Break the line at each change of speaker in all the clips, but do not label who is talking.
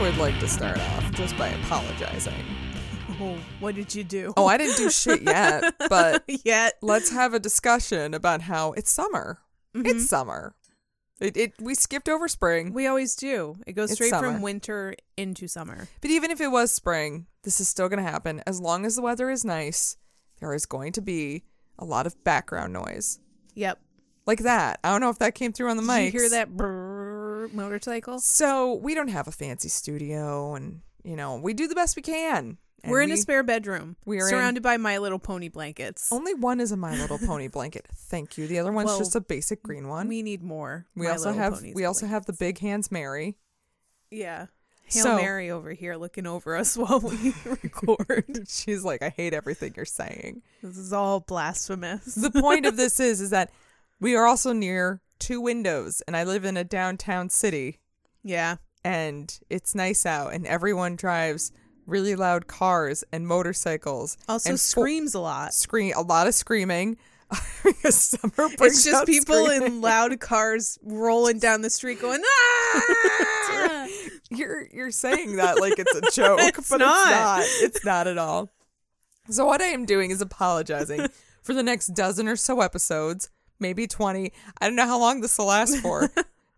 would like to start off just by apologizing.
Oh, what did you do?
Oh, I didn't do shit yet, but
yet.
let's have a discussion about how it's summer.
Mm-hmm.
It's summer. It, it we skipped over spring,
We always do. It goes
It's
straight
summer.
from winter into summer.
but even if it was spring, this is still going to happen as long as the weather is nice. There is going to be a lot of background noise
Yep.
like that. I don't know if that came through on the mic.
Did you hear that brrrr motorcycle?
So we don't have a fancy studio, and you know we do the best we can. And
We're in a
we-
spare bedroom.
we are in-
surrounded by My Little Pony blankets.
Only one is a My Little Pony blanket. Thank you. The other one's
Well,
just a basic green one.
We need more.
We
My
also
Little
have
Ponies
we also
blankets.
have the Big Hands Mary.
yeah. Hail
So-
Mary over here looking over us while we record.
She's like, I hate everything you're saying.
this is all blasphemous.
The point of this is is that we are also near two windows, and I live in a downtown city,
Yeah.
and it's nice out, and everyone drives really loud cars and motorcycles.
Also
and fo-
screams a lot.
scream a lot of screaming. because summer brings
It's just
out
people
screaming.
in loud cars rolling down the street going, ah!
you're you're saying that like it's a joke,
It's
but
not.
it's not. It's not at all. So what I am doing is apologizing for the next dozen or so episodes, maybe twenty. I don't know how long this will last for.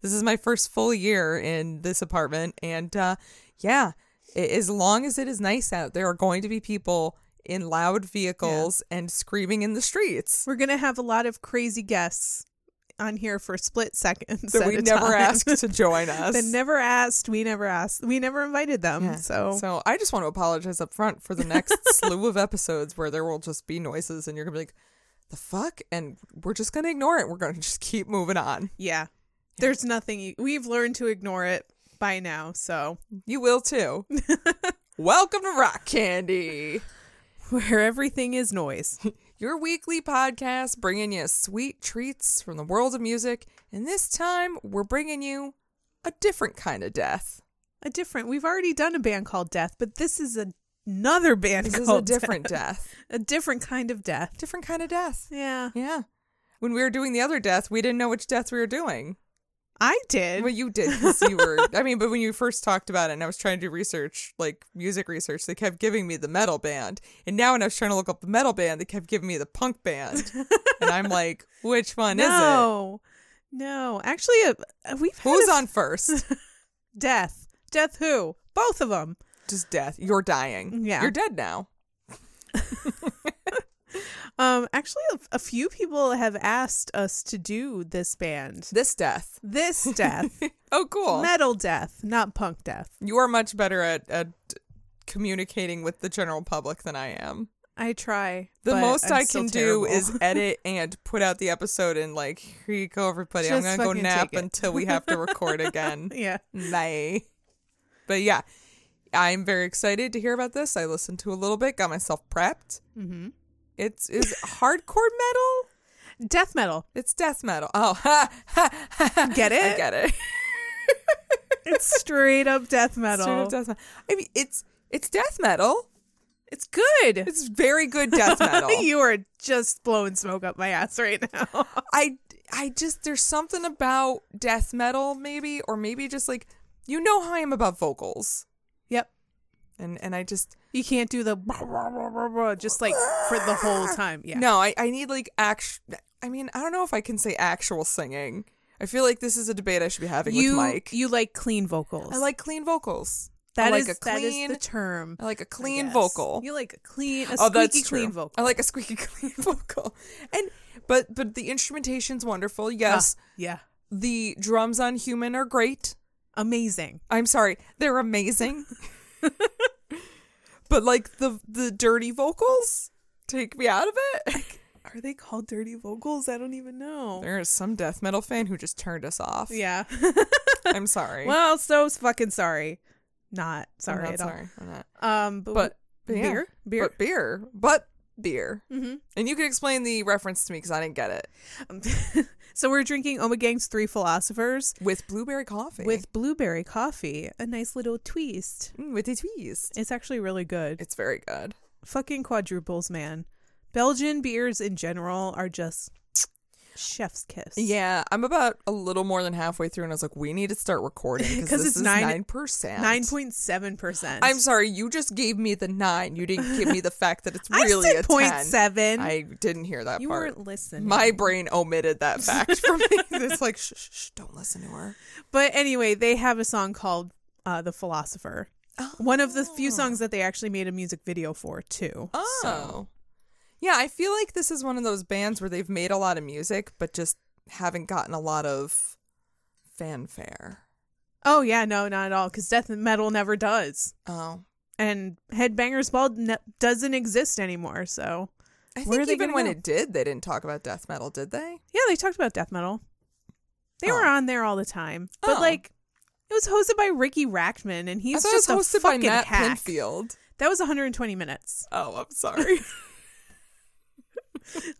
this is my first full year in this apartment, and uh, yeah, a- as long as it is nice out, there are going to be people in loud vehicles and screaming in the streets.
We're going to have a lot of crazy guests on here for split seconds.
That
at
we
a
never
time.
asked to join us.
That never asked. We never asked. We never invited them.
Yeah.
So,
So I just want to apologize up front for the next slew of episodes where there will just be noises and you're gonna be like, the fuck? And we're just gonna ignore it. We're gonna just keep moving on.
yeah. There's nothing. You, we've learned to ignore it by now. So,
You will too. Welcome to Rock Candy,
where everything is noise.
your weekly podcast bringing you sweet treats from the world of music. And this time we're bringing you a different kind of death.
A different. We've already done a band called Death, but this is a, another band
This is a
called Death.
different death.
a different kind of death.
Different kind of death.
Yeah.
Yeah. When we were doing the other death, we didn't know which death we were doing.
I did.
Well, you did 'cause you were. I mean, but when you first talked about it, and I was trying to do research, like music research, they kept giving me the metal band, and now when I was trying to look up the metal band, they kept giving me the punk band, and I'm like, which one is it?
no. No. Actually, uh, we've had
Who's
a-
on first?
Death. Death who? Both of them.
Just death. You're dying.
Yeah.
you're dead now.
Um, actually, a, a few people have asked us to do this band.
This death.
This death,
Oh, cool.
metal death, not punk death.
you are much better at at communicating with the general public than I am.
I try.
The
but
most
I'm
i
still
can do
terrible.
is edit and put out the episode and like, here you go, everybody.
Just
I'm gonna go
fucking
nap
take it."
until we have to record again.
yeah.
Bye. But yeah, I'm very excited to hear about this. I listened to a little bit, got myself prepped.
hmm
It's is hardcore metal.
Death metal.
It's death metal. Oh, ha, ha, ha, ha.
Get
I
it?
get it.
It's straight up death metal.
Straight up death metal. I mean, it's it's death metal.
It's good.
It's very good death metal.
you are just blowing smoke up my ass right now.
I I just there's something about death metal maybe or maybe just like you know how I am about vocals
yep.
and and I just
You can't do the just like for the whole time. Yeah.
no I I need like act I mean I don't know if I can say actual singing I feel like this is a debate I should be having
you
with Mike
you like clean vocals.
I like clean vocals
That
I
is-
like a
that is
clean
the term.
I like a
I
clean
guess.
vocal
You like a clean, a
oh
squeaky
that's true Oh,
clean vocal.
I like a squeaky clean vocal and but but the instrumentation's wonderful
Ah,
yes
yeah,
the drums on Human are great
amazing.
I'm sorry, they're amazing. but like the the dirty vocals take me out of it.
Are they called dirty vocals? I don't even know.
There is some death metal fan who just turned us off.
yeah.
I'm sorry.
well, so fucking sorry. Not
I'm
sorry
not
at
sorry. I'm not.
all. Um, but,
But, but yeah.
beer, beer.
But beer. But beer.
Mhm.
And you can explain the reference to me because I didn't get it.
so we're drinking Oma Gang's Three Philosophers
With blueberry coffee.
with blueberry coffee. A nice little twist.
Mm, with a twist.
It's actually really good.
It's very good.
Fucking quadruples, man. Belgian beers in general are just Chef's kiss.
Yeah, I'm about a little more than halfway through, and I was like, we need to start recording
'Cause
because
it's
it's
nine-
nine percent.
9.7%.
I'm sorry, you just gave me the nine. You didn't give me the fact that it's
I
really
said
a
point
10.
seven.
I didn't hear that
you
part.
weren't listening.
My brain omitted that fact from me. It's like, shh, shh, shh, don't listen to her.
But anyway, they have a song called uh, The Philosopher. One of the few songs that they actually made a music video for, too.
Oh. Yeah, I feel like this is one of those bands where they've made a lot of music, but just haven't gotten a lot of fanfare.
Oh, yeah, no, not at all, because death metal never does.
Oh.
And Headbangers Ball ne- doesn't exist anymore, so.
I
Where are
think
they
even
gonna
when
go?
it did, they didn't talk about death metal, did they?
Yeah, they talked about death metal. They were
Oh.
on there all the time. But,
Oh.
like, it was hosted by Ricky Rackman, and
I
he's
thought
just
it was
a
hosted by
fucking
Matt
hack.
Pinfield.
That was 120 minutes.
Oh, I'm sorry.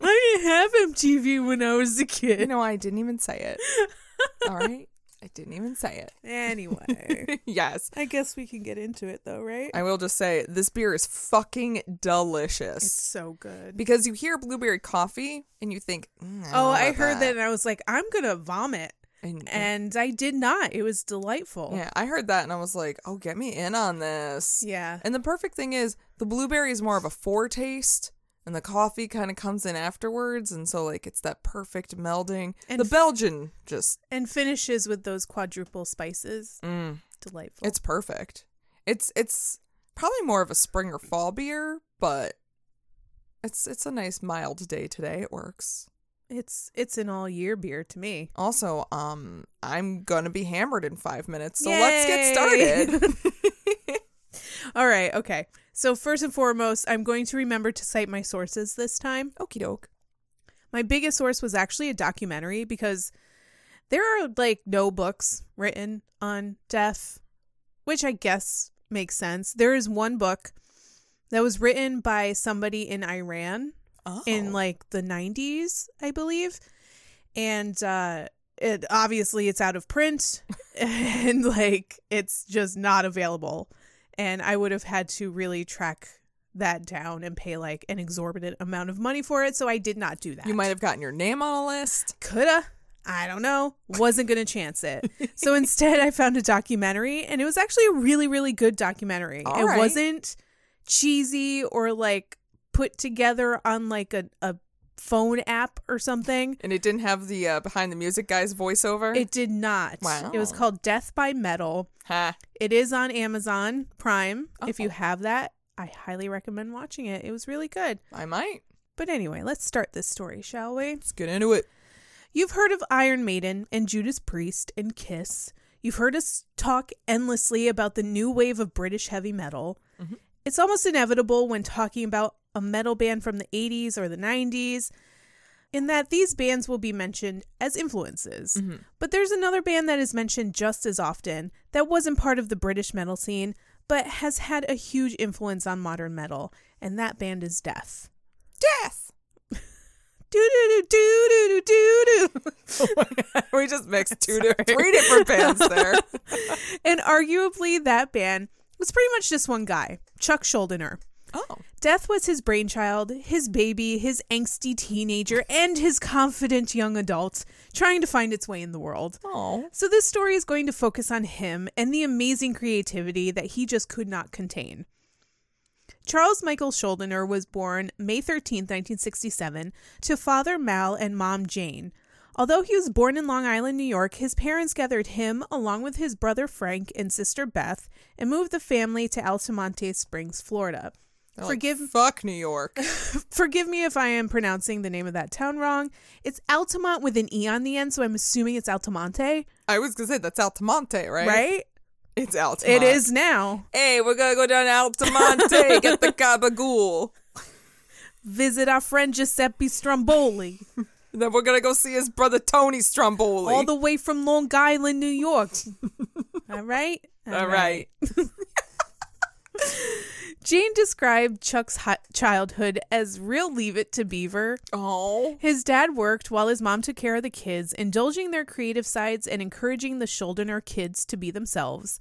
I didn't have MTV when I was a
you
kid.
know, I didn't even say it. All right. I didn't even say it.
Anyway.
yes.
I guess we can get into it though, right?
I will just say this beer is fucking delicious.
It's so good.
because you hear blueberry coffee and you think, mm, I don't
Oh,
know
I
about
heard that and I was like, I'm gonna vomit.
And,
And I did not. It was delightful.
yeah, I heard that and I was like, oh, get me in on this.
Yeah.
And the perfect thing is the blueberry is more of a foretaste and the coffee kind of comes in afterwards. And so, like, it's that perfect melding.
And
the
f-
Belgian just,
And finishes with those quadruple spices.
mm,
Delightful.
it's perfect. It's, it's probably more of a spring or fall beer, but it's, it's a nice mild day today. It works.
It's it's an all year beer to me.
Also, um, I'm gonna be hammered in five minutes, so let's get started.
started. all right, okay. So first and foremost, I'm going to remember to cite my sources this time.
Okie doke.
My biggest source was actually a documentary because there are like no books written on death, which I guess makes sense. There is one book that was written by somebody in Iran
Oh.
in like the 90s, I believe. And uh it obviously it's out of print and like it's just not available. And I would have had to really track that down and pay like an exorbitant amount of money for it, so I did not do that.
you might have gotten your name on a list.
coulda I don't know. Wasn't going to chance it. So instead, I found a documentary, and it was actually a really, really good documentary.
All
it
right.
wasn't cheesy or like put together on like a, a phone app or something.
And it didn't have the uh, behind the music guy's voiceover.
It did not. It was
Wow.
called Death by Metal.
ha.
It is on Amazon Prime. If you
Oh.
have that, I highly recommend watching it. It was really good.
I might.
But anyway, let's start this story, shall we?
Let's get into it.
You've heard of Iron Maiden and Judas Priest and Kiss. You've heard us talk endlessly about the new wave of British heavy metal. It's almost inevitable when talking about a metal band from the 80s or the 90s, in that these bands will be mentioned as influences. But there's another band that is mentioned just as often that wasn't part of the British metal scene, but has had a huge influence on modern metal, and that band is Death.
Death.
Do do do do do do do.
Oh we just mixed two different, three different bands there.
And arguably, that band was pretty much just one guy, Chuck Schuldiner.
oh.
Death was his brainchild, his baby, his angsty teenager, and his confident young adult trying to find its way in the world.
Oh.
So, this story is going to focus on him and the amazing creativity that he just could not contain. Charles Michael Schuldiner was born May 13, 1967, to father Mal and mom Jane. Although he was born in Long Island, New York, his parents gathered him, along with his brother Frank and sister Beth, and moved the family to Altamonte Springs, Florida. Forgive
Fuck New York.
forgive me if I am pronouncing the name of that town wrong. It's Altamont with an E on the end, so I'm assuming it's Altamonte,
I was gonna say that's Altamonte, right?
right?
It's Altamonte.
It is now.
Hey, we're gonna go down to Altamonte, get the gabagool.
Visit our friend Giuseppe Stromboli,
And then we're gonna go see his brother Tony Stromboli.
all the way from Long Island, New York. All right?
All right.
Jane described Chuck's hi- childhood as real leave it to beaver.
Oh.
His dad worked while his mom took care of the kids, indulging their creative sides and encouraging the Schuldiner kids to be themselves.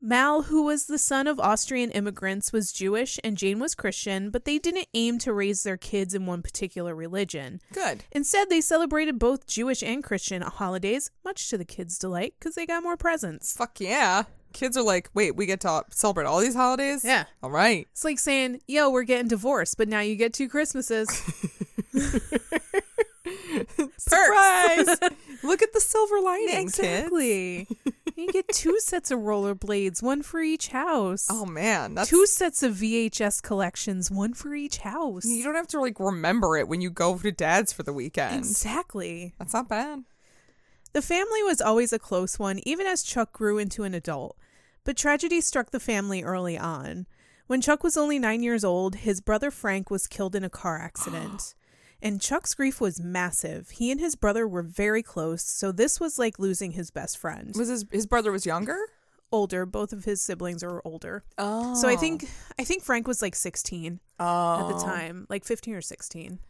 Mal, who was the son of Austrian immigrants, was Jewish and Jane was Christian, but they didn't aim to raise their kids in one particular religion.
Good.
Instead, they celebrated both Jewish and Christian holidays, much to the kids' delight, because they got more presents.
Fuck yeah. Kids are like, wait, we get to celebrate all these holidays?
Yeah.
All right.
It's like saying, yo, we're getting divorced, but now you get two Christmases.
Surprise! Look at the silver lining, kids.
exactly. you get two sets of rollerblades, one for each house.
Oh man, that's
two sets of VHS collections, one for each house.
you don't have to like remember it when you go to dad's for the weekend.
Exactly.
That's not bad.
The family was always a close one, even as Chuck grew into an adult. But tragedy struck the family early on. When Chuck was only nine years old, his brother Frank was killed in a car accident. And Chuck's grief was massive. He and his brother were very close, so this was like losing his best friend.
Was his his brother was younger?
Older, both of his siblings are older.
Oh.
So I think I think Frank was like 16
oh.
at the time, like 15 or 16.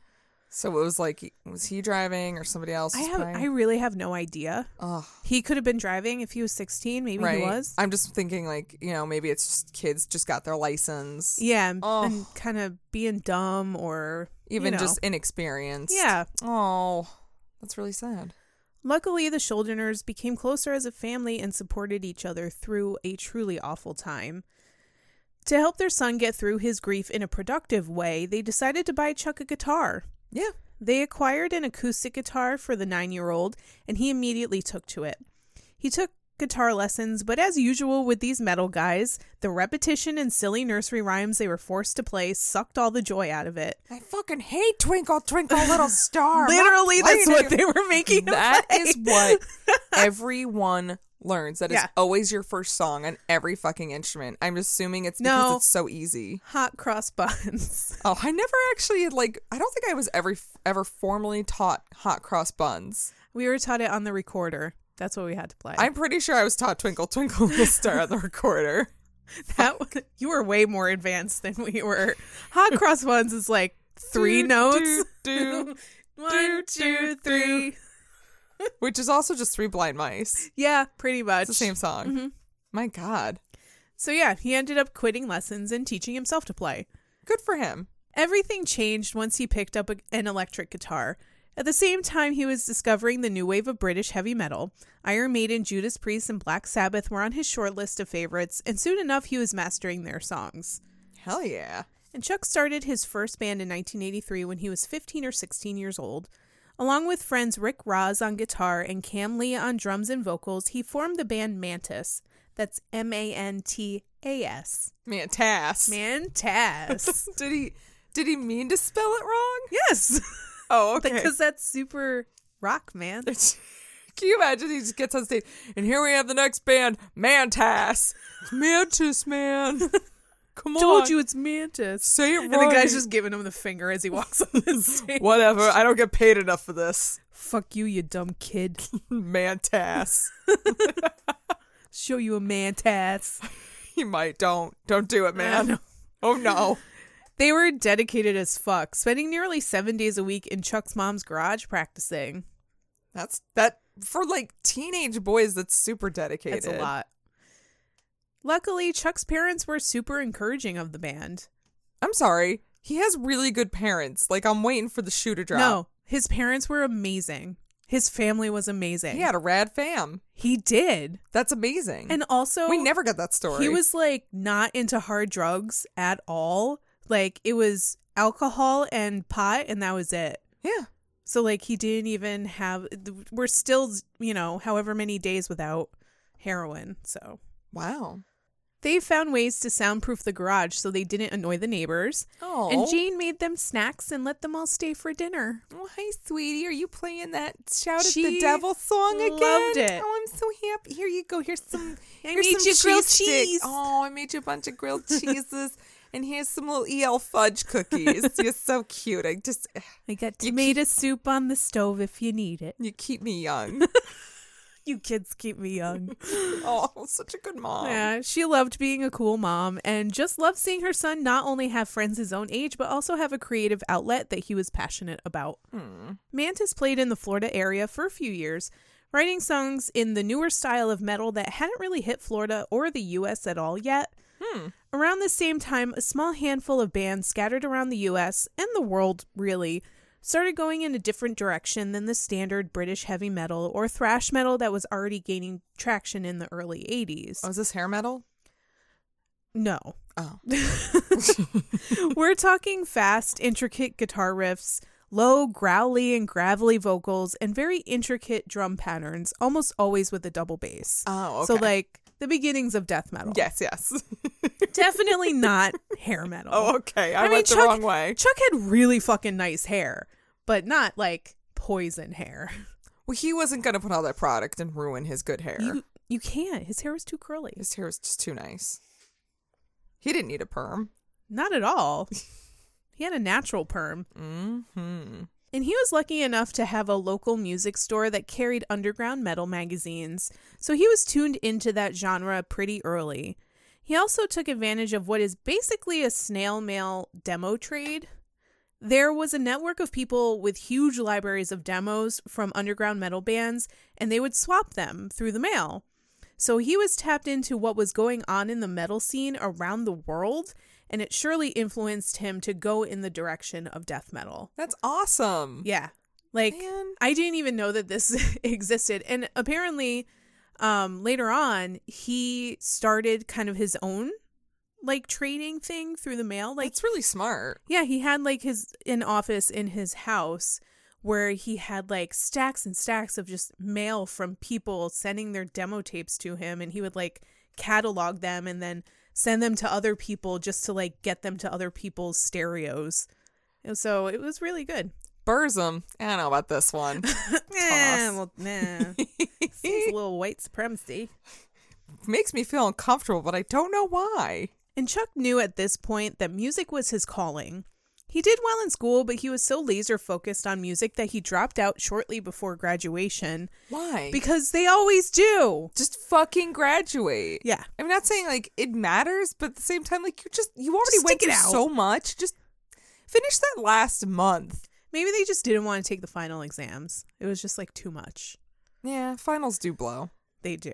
So it was like was he driving or somebody else?
I
was
have I
playing?
really have no idea.
Ugh,
He could have been driving if he was 16, maybe
right.
he was.
I'm just thinking like, you know, maybe it's just kids just got their license.
Yeah, and,
Oh.
and kind of being dumb or you
Even
know.
just inexperienced.
yeah.
Oh. That's really sad.
Luckily, the Shoulderners became closer as a family and supported each other through a truly awful time. To help their son get through his grief in a productive way, they decided to buy Chuck a guitar.
Yeah.
They acquired an acoustic guitar for the nine year old, and he immediately took to it. He took guitar lessons, but as usual with these metal guys, the repetition and silly nursery rhymes they were forced to play sucked all the joy out of it.
I fucking hate Twinkle Twinkle Little Star.
Literally, that's what they were making. him
That
play.
is what everyone learns. That is
Yeah.
always your first song on every fucking instrument. I'm assuming it's
No.
because it's so easy.
hot cross buns.
Oh, I never actually like. I don't think I was ever ever formally taught hot cross buns.
We were taught it on the recorder. That's what we had to play.
I'm pretty sure I was taught Twinkle Twinkle Little Star on the recorder.
that was- you were way more advanced than we were. Hot cross buns is like three notes.
do,
One, two, three.
do, which is also just three blind mice.
Yeah, pretty much.
It's the same song.
mm-hmm.
My God,
So yeah, he ended up quitting lessons and teaching himself to play.
good for him.
Everything changed once he picked up a- an electric guitar. At the same time, he was discovering the new wave of British heavy metal. Iron Maiden, Judas Priest, and Black Sabbath were on his short list of favorites, and soon enough, he was mastering their songs.
Hell yeah.
And Chuck started his first band in 1983 when he was 15 or 16 years old. Along with friends Rick Ross on guitar and Cam Lee on drums and vocals, he formed the band Mantis. That's M A N T A S.
Man, Tass.
Mantas.
Did he? Did he mean to spell it wrong?
yes,
Oh, okay.
because that's super rock, man.
Can you imagine? He just gets on stage, and here we have the next band, Mantas. It's Mantis, man. Come on.
Told you it's Mantis.
Say it
And
right.
the guy's just giving him the finger as he walks on the stage.
whatever. I don't get paid enough for this.
Fuck you, you dumb kid.
Mantas.
Show you a Mantas.
you might. Don't. Don't do it, man. Oh no.
They were dedicated as fuck, spending nearly seven days a week in Chuck's mom's garage practicing.
That's that for like teenage boys. That's super dedicated.
That's a lot. Luckily, Chuck's parents were super encouraging of the band.
I'm sorry. He has really good parents. Like I'm waiting for the shoe to drop.
No, his parents were amazing. His family was amazing.
He had a rad fam.
he did.
That's amazing.
And also,
we never got that story.
he was like not into hard drugs at all. Like it was alcohol and pot, and that was it.
yeah.
So like he didn't even have. We're still, you know, however many days without heroin. So
Wow.
They found ways to soundproof the garage so they didn't annoy the neighbors.
Oh.
And Jane made them snacks and let them all stay for dinner.
Oh, hi, sweetie. Are you playing that "Shout at
She
the Devil" song again?
loved it.
Oh, I'm so happy. Here you go. Here's some.
I
here's
made
some
you grilled
cheese. stick.
cheese.
Oh, I made you a bunch of grilled cheeses, and here's some little el fudge cookies. You're so cute. I just
I got
You
tomato soup on the stove if you need it.
you keep me young.
You kids keep me young.
oh, such a good mom.
yeah, she loved being a cool mom and just loved seeing her son not only have friends his own age, but also have a creative
Hmm.
outlet that he was passionate about. Mantis played in the Florida area for a few years, writing songs in the newer style of metal that hadn't really hit Florida or the US at all yet.
Hmm.
Around the same time, a small handful of bands scattered around the US and the world, really, started going in a different direction than the standard British heavy metal or thrash metal that was already gaining traction in the early 80s.
Oh, is this hair metal?
No.
Oh.
We're talking fast, intricate guitar riffs, low, growly, and gravelly vocals, and very intricate drum patterns, almost always with a double bass.
Oh, okay.
So, like, the beginnings of death metal.
yes, yes.
Definitely not hair metal.
Oh, okay. I,
I mean,
went the
Chuck-
wrong way.
Chuck had really fucking nice hair, but not like poison hair.
Well, he wasn't going to put all that product and ruin his good hair.
You, you can't. His hair was too curly.
His hair was just too nice. He didn't need a perm.
Not at all. he had a natural perm.
Mm-hmm.
And he was lucky enough to have a local music store that carried underground metal magazines, so he was tuned into that genre pretty early. He also took advantage of what is basically a snail mail demo trade. There was a network of people with huge libraries of demos from underground metal bands, and they would swap them through the mail. So he was tapped into what was going on in the metal scene around the world, and it surely influenced him to go in the direction of death metal.
That's awesome.
Yeah. Like
Man.
I didn't even know that this existed. And apparently um later on he started kind of his own like trading thing through the mail. Like
That's really smart.
yeah, he had like his an office in his house where he had like stacks and stacks of just mail from people sending their demo tapes to him and he would like catalog them and then send them to other people just to like get them to other people's stereos. And so it was really good.
Burzum. I don't know about this one.
Eh,
Toss.
well, nah. Seems a little white supremacy.
Makes me feel uncomfortable, but I don't know why.
And Chuck knew at this point that music was his calling. He did well in school, but he was so laser focused on music that he dropped out shortly before graduation
Why?
because they always do.
just fucking graduate.
Yeah.
I'm not saying like it matters, but at the same time, like you just you already
Just
went
stick
through
it out.
so much. Just finish that last month.
Maybe they just didn't want to take the final exams. It was just like too much.
Yeah, finals do blow.
They do.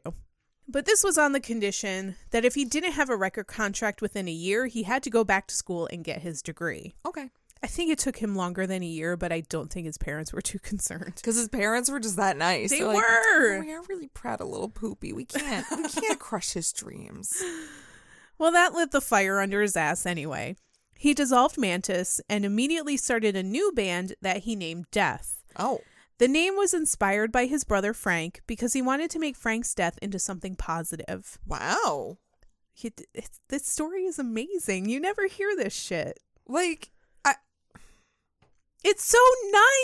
But this was on the condition that if he didn't have a record contract within a year, he had to go back to school and get his degree.
Okay,
I think it took him longer than a year, but I don't think his parents were too concerned.
because his parents were just that nice.
They
They're like,
were.
"Oh, we are really proud of little Poopy. We can't we can't crush his dreams.
Well, that lit the fire under his ass anyway. He dissolved Mantis and immediately started a new band that he named Death.
Oh,
The name was inspired by his brother Frank because he wanted to make Frank's death into something positive.
wow.
He, it's, this story is amazing. You never hear this shit.
Like I
It's so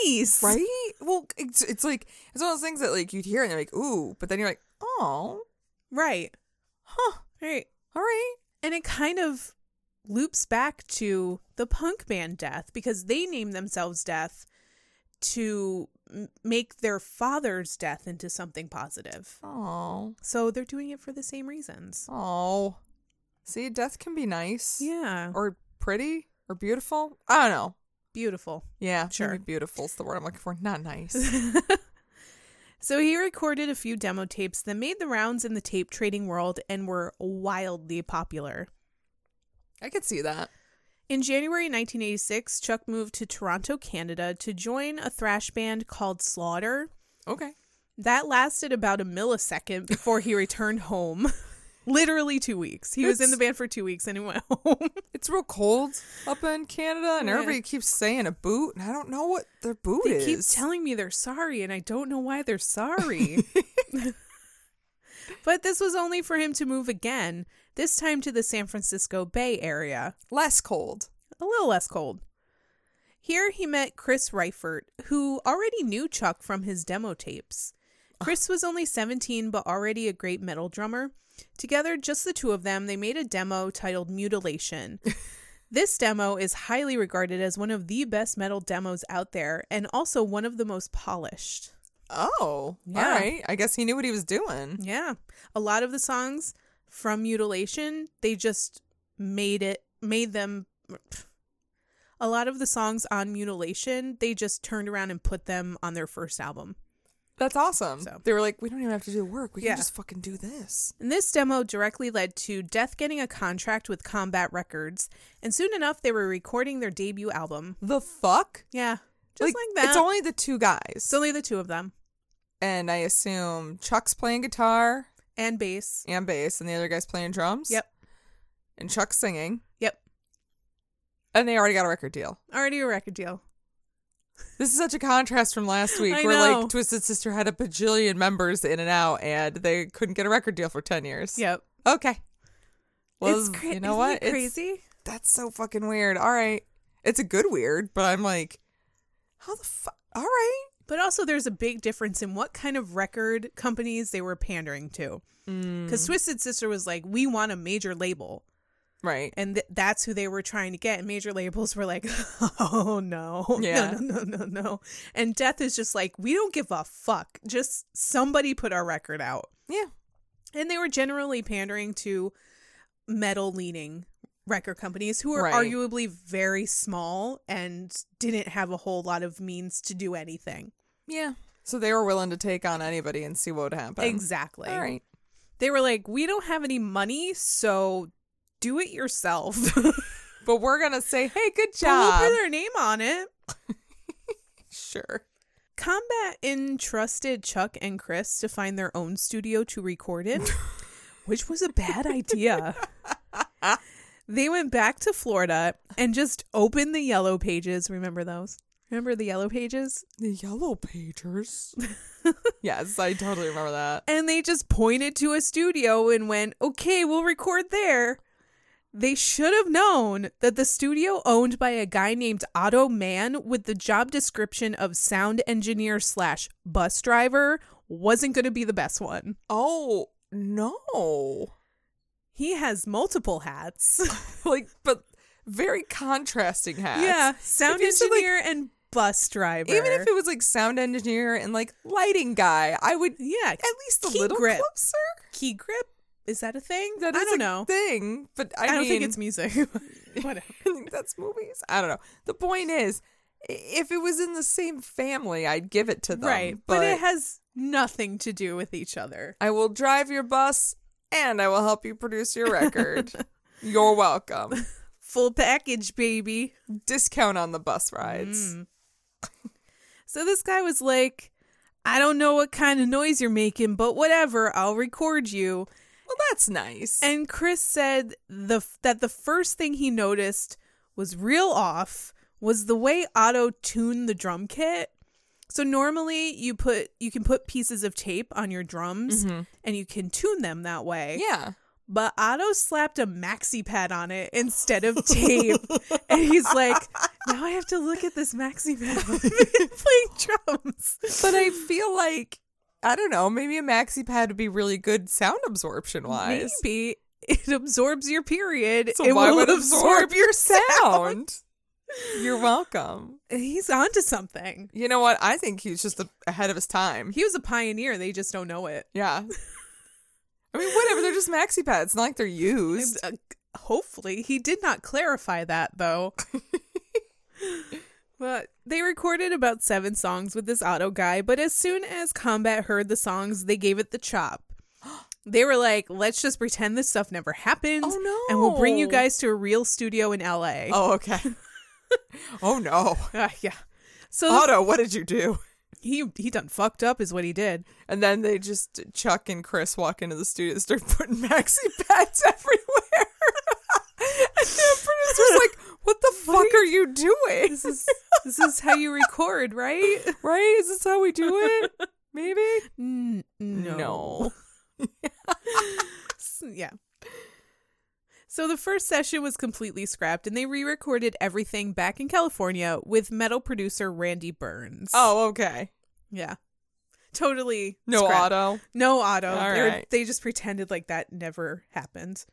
nice.
right? Well, it's, it's like it's one of those things that like you'd hear and you're like, ooh, but then you're like, oh,
Right.
huh,
Right.
all right.
And it kind of loops back to the punk band Death because they named themselves Death to m- make their father's death into something positive.
Oh,
So they're doing it for the same reasons.
oh. See, death can be nice.
Yeah.
or pretty or beautiful. I don't know.
Beautiful.
Yeah,
Sure.
Maybe beautiful is the word I'm looking for. Not nice.
So he recorded a few demo tapes that made the rounds in the tape trading world and were wildly popular.
I could see that.
In January 1986, Chuck moved to Toronto, Canada to join a thrash band called Slaughter.
Okay.
That lasted about a millisecond before he returned home. Literally two weeks. He was in
It's-
the band for two weeks and he went home.
It's real cold up in Canada, and
Yeah.
everybody keeps saying a boot, and I don't know what their boot
they
is.
keep telling me they're sorry, and I don't know why they're sorry. but this was only for him to move again, this time to the San Francisco Bay Area,
Less cold.
a little less cold. Here he met Chris Reifert, who already knew Chuck from his demo tapes. Chris was only 17, but already a great metal drummer. Together, just the two of them, they made a demo titled Mutilation. This demo is highly regarded as one of the best metal demos out there and also one of the most polished.
Oh,
Yeah.
all right. I guess he knew what he was doing.
Yeah. A lot of the songs from Mutilation, they just made it, made them. A lot of the songs on Mutilation, they just turned around and put them on their first album.
That's awesome.
So.
They were like, we don't even have to do work. We
Yeah.
can just fucking do this.
And this demo directly led to Death getting a contract with Combat Records, and soon enough they were recording their debut album.
The fuck?
Yeah, just like, that.
It's only the two guys.
it's only the two of them
and I assume Chuck's playing guitar
and bass.
and bass, and the other guy's playing drums.
Yep,
And Chuck's singing.
yep.
And they already got a record deal.
Already a record deal.
This is such a contrast from last week,
I
where
know.
like Twisted Sister had a bajillion members in and out, and they couldn't get a record deal for ten years.
Yep.
Okay. Well,
it's cra-
you know
isn't
what?
it
It's-
crazy.
that's so fucking weird. All right, it's a good weird, but I'm like, how the fuck? All right.
But also, there's a big difference in what kind of record companies they were pandering
Mm,
to.
Mm-hmm.
Because Twisted Sister was like, we want a major label.
Right.
And th- that's who they were trying to get. And major labels were like, oh, no.
Yeah.
No, no, no, no, no. And Death is just like, we don't give a fuck. Just somebody put our record out.
Yeah.
And they were generally pandering to metal leaning record companies who were
Right.
arguably very small and didn't have a whole lot of means to do anything.
Yeah. So they were willing to take on anybody and see what would happen.
Exactly.
All right.
They were like, we don't have any money, so do it yourself.
But we're gonna say, hey, good
We'll
job.
put their name on it.
Sure.
Combat entrusted Chuck and Chris to find their own studio to record in, which was a bad idea. they went back to Florida and just opened the yellow pages. Remember those? Remember the yellow pages?
The yellow pagers. yes, I totally remember that.
And they just pointed to a studio and went, okay, we'll record there. They should have known that the studio owned by a guy named Otto Mann with the job description of sound engineer slash bus driver wasn't going to be the best one.
Oh no.
He has multiple hats.
like, but very contrasting hats.
yeah, sound
If you said, like-
engineer and bus driver.
Even if it was like sound engineer and like lighting guy, I would at
yeah,
least a
Key
little
grip.
closer.
key grip is that a thing?
That is
I don't
a
know.
thing, but I,
I, don't
mean,
think it's music. Whatever.
I think that's movies. I don't know. The point is, i- if it was in the same family, I'd give it to them.
Right, but, it has nothing to do with each other.
I will drive your bus and I will help you produce your record. You're welcome.
Full package, baby.
Discount on the bus rides.
So this guy was like, I don't know what kind of noise you're making, but whatever, I'll record you.
Well, that's nice.
And Chris said the that the first thing he noticed was real off was the way Otto tuned the drum kit. So normally you put you can put pieces of tape on your drums and you can tune them that way.
yeah.
But Otto slapped a maxi pad on it instead of tape. and he's like, now I have to look at this maxi pad while I'm playing drums.
But I feel like, I don't know, maybe a maxi pad would be really good sound absorption wise.
Maybe it absorbs your period.
So
it
why
will
would absorb your sound? You're welcome.
He's onto something.
You know what? I think he's just a- ahead of his time.
He was a pioneer. They just don't know it.
Yeah. I mean, whatever. They're just maxi pads. It's not like they're used.
Uh, hopefully, he did not clarify that though. but they recorded about seven songs with this auto guy. But as soon as Combat heard the songs, they gave it the chop. They were like, "Let's just pretend this stuff never happened,
Oh,
and we'll bring you
no.
guys to a real studio in L.A."
Oh, okay. oh no,
Ah, yeah. So this-
Otto, what did you do?
he he done fucked up, is what he did.
And then they just Chuck and Chris walk into the studio and start putting maxi pads everywhere. and the producer's like, "What the fuck are you doing?
This is this is how you record, right?
Right? Is this how we do it? Maybe?
N-
No.
yeah. So the first session was completely scrapped and they re recorded everything back in California with metal producer Randy Burns.
Oh, okay.
Yeah. Totally.
No
scrapped.
Otto.
No auto.
All
They were-
right.
They just pretended like that never happened.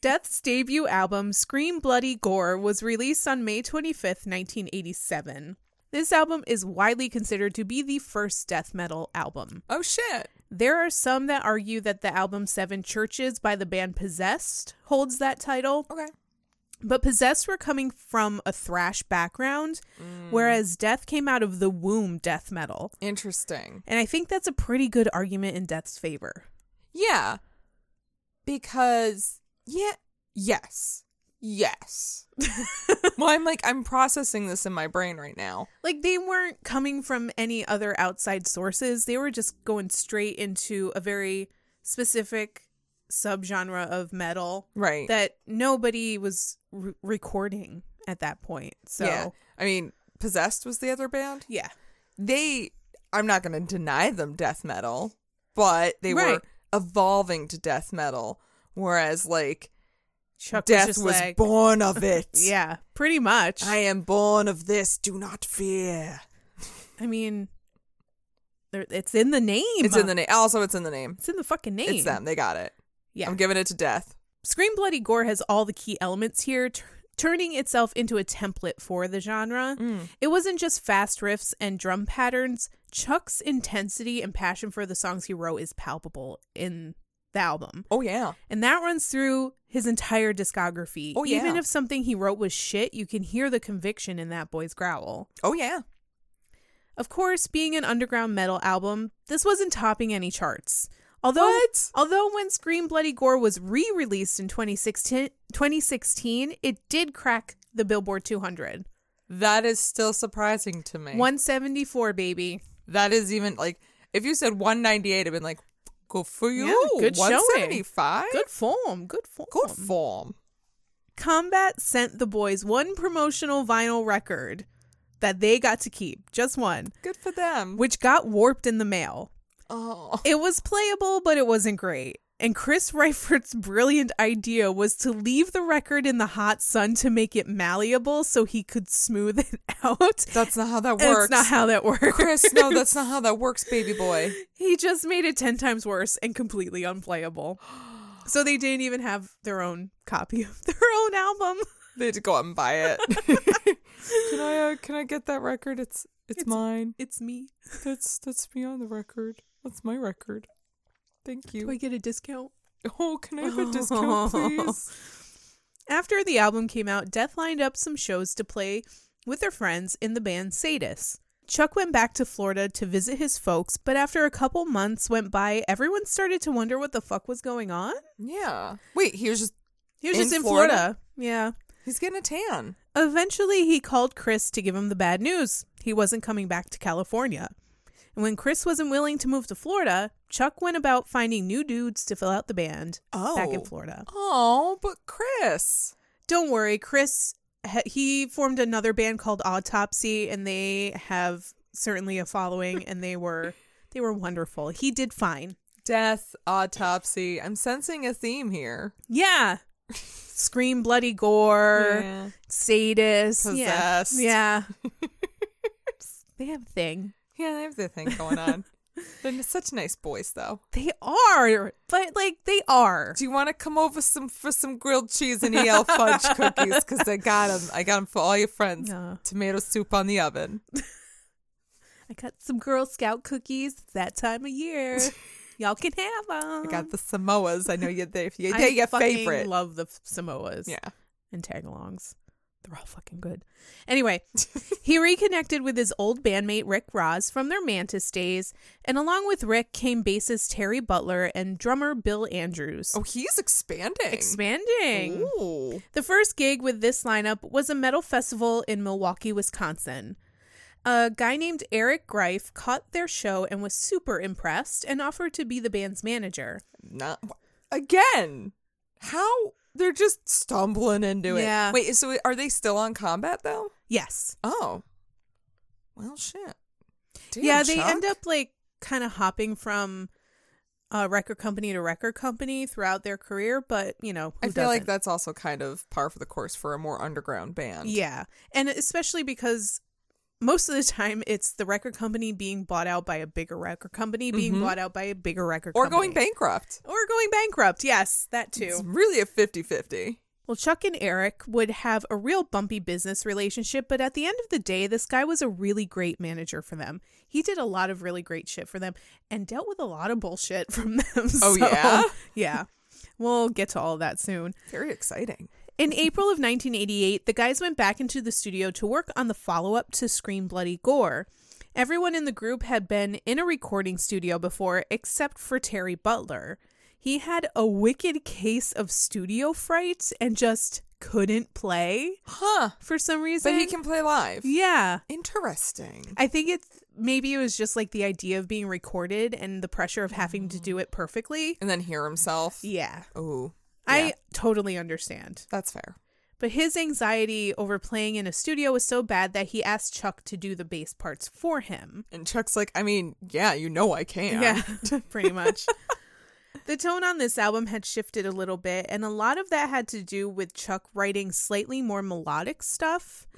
Death's debut album, Scream Bloody Gore, was released on May 25th, 1987. This album is widely considered to be the first death metal album.
Oh shit.
There are some that argue that the album Seven Churches by the band Possessed holds that title,
Okay.
But Possessed were coming from a thrash background, whereas Death came out of the womb death metal.
Interesting.
And I think that's a pretty good argument in Death's favor.
Yeah. Because yeah, yes. Yes. well, I'm like I'm processing this in my brain right now.
Like they weren't coming from any other outside sources. They were just going straight into a very specific subgenre of metal
Right.
that nobody was re- recording at that point. So,
Yeah.
yeah.
I mean, Possessed was the other band. They I'm not going to deny them death metal, but they were
Right.
evolving to death metal whereas like
Chuck
death
was,
was,
just like,
born of it.
Yeah, pretty much.
I
I,
am born of this. Do not fear.
mean, there- it's in the name.
It's in the name. Also, it's in the name.
It's in the fucking name.
It's them. They got it.
Yeah.
I'm giving it to death.
Scream Bloody Gore has all the key elements here, t- turning itself into a template for the genre.
Mm.
It wasn't just fast riffs and drum patterns. Chuck's intensity and passion for the songs he wrote is palpable in the album.
Oh yeah.
And that runs through his entire discography.
Oh, yeah.
Even if something he wrote was shit, you can hear the conviction in that boy's growl.
Oh yeah.
Of course, being an underground metal album, this wasn't topping any charts. Although,
What?
although when Scream Bloody Gore was re released in 2016, 2016, it did crack the Billboard 200.
That is still surprising to me.
174, baby.
that is even like if you said 198, I've been like, good for you.
Yeah, good showing.
175.
Good form. Good form.
Good form.
Combat sent the boys one promotional vinyl record that they got to keep, just one,
Good for them.
which got warped in the mail.
Oh.
It was playable, but it wasn't great. And Chris Reifert's brilliant idea was to leave the record in the hot sun to make it malleable so he could smooth it out.
That's not how that works.
That's not how that works.
Chris, no, that's not how that works, baby boy.
He just made it 10 times worse and completely unplayable. So they didn't even have their own copy of their own album.
They had to go out and buy it. can I uh, can I get that record? It's it's, mine.
It's me.
That's that's me on the record. That's my record. Thank
Do I
you.
get a discount?
Oh, can I have a discount, please?
After the album came out, Death lined up some shows to play with their friends in the band Sadis. Chuck went back to Florida to visit his folks, but after a couple months went by, everyone started to wonder what the fuck was going on.
Yeah. Wait, he was just
He was
In
just in
Florida?
Florida. Yeah.
he's getting a tan.
Eventually, he called Chris to give him the bad news. He wasn't coming back to California. And when Chris wasn't willing to move to Florida, Chuck went about finding new dudes to fill out the band back in
Oh.
Florida.
Oh, but Chris.
don't worry, Chris. ha- He formed another band called Autopsy, and they have certainly a following, and they were they were wonderful. He did fine.
Death, autopsy. I'm sensing a theme here.
Yeah, scream bloody gore,
Yeah.
sadist, yeah.
Possessed.
yeah. they have a thing.
Yeah, they have their thing going on. They're such nice boys, though.
They are, but like they are.
Do you want to come over some for some grilled cheese and EL fudge cookies? Because I got them. I got them for all your friends.
Yeah.
Tomato soup on the oven.
I got some Girl Scout cookies. It's that time of year. Y'all can have them.
I got the Samoas. I know you're they They're your favorite.
Love the f- Samoas.
yeah.
and tagalongs. They're all fucking good. Anyway, he reconnected with his old bandmate Rick Ross from their Mantis days, and along with Rick came bassist Terry Butler and drummer Bill Andrews.
Oh, he's expanding.
Expanding.
Ooh.
The first gig with this lineup was a metal festival in Milwaukee, Wisconsin. A guy named Eric Greif caught their show and was super impressed and offered to be the band's manager.
not again. How they're just stumbling into
Yeah.
it. Wait, so are they still on combat though?
Yes.
Oh, well, shit. Damn,
yeah, they
Chuck.
end up like kind of hopping from uh, record company to record company throughout their career, but you know,
I
who
feel like
doesn't?
that's also kind of par for the course for a more underground band.
Yeah, and especially because most of the time it's the record company being bought out by a bigger record company being bought out by a bigger record
Mm-hmm. Or going
company.
bankrupt.
or going bankrupt. Yes, that
It's
too.
really a 50 50.
Well, Chuck and Eric would have a real bumpy business relationship, but at the end of the day, this guy was a really great manager for them. He did a lot of really great shit for them and dealt with a lot of bullshit from them.
Oh,
so-
yeah?
Yeah. We'll get to all that soon.
Very exciting.
In April of 1988, the guys went back into the studio to work on the follow up to Scream Bloody Gore. Everyone in the group had been in a recording studio before, except for Terry Butler. He had a wicked case of studio fright and just couldn't play
Huh.
for some reason.
But he can play live.
Yeah.
Interesting.
I think it's maybe it was just like the idea of being recorded and the pressure of having
Mm.
to do it perfectly.
And then hear himself.
Yeah.
Ooh. Yeah.
I totally understand.
That's fair.
But his anxiety over playing in a studio was so bad that he asked Chuck to do the bass parts for him.
And Chuck's like, I mean, yeah, you know I can.
Yeah, pretty much. the tone on this album had shifted a little bit, and a lot of that had to do with Chuck writing slightly more melodic stuff.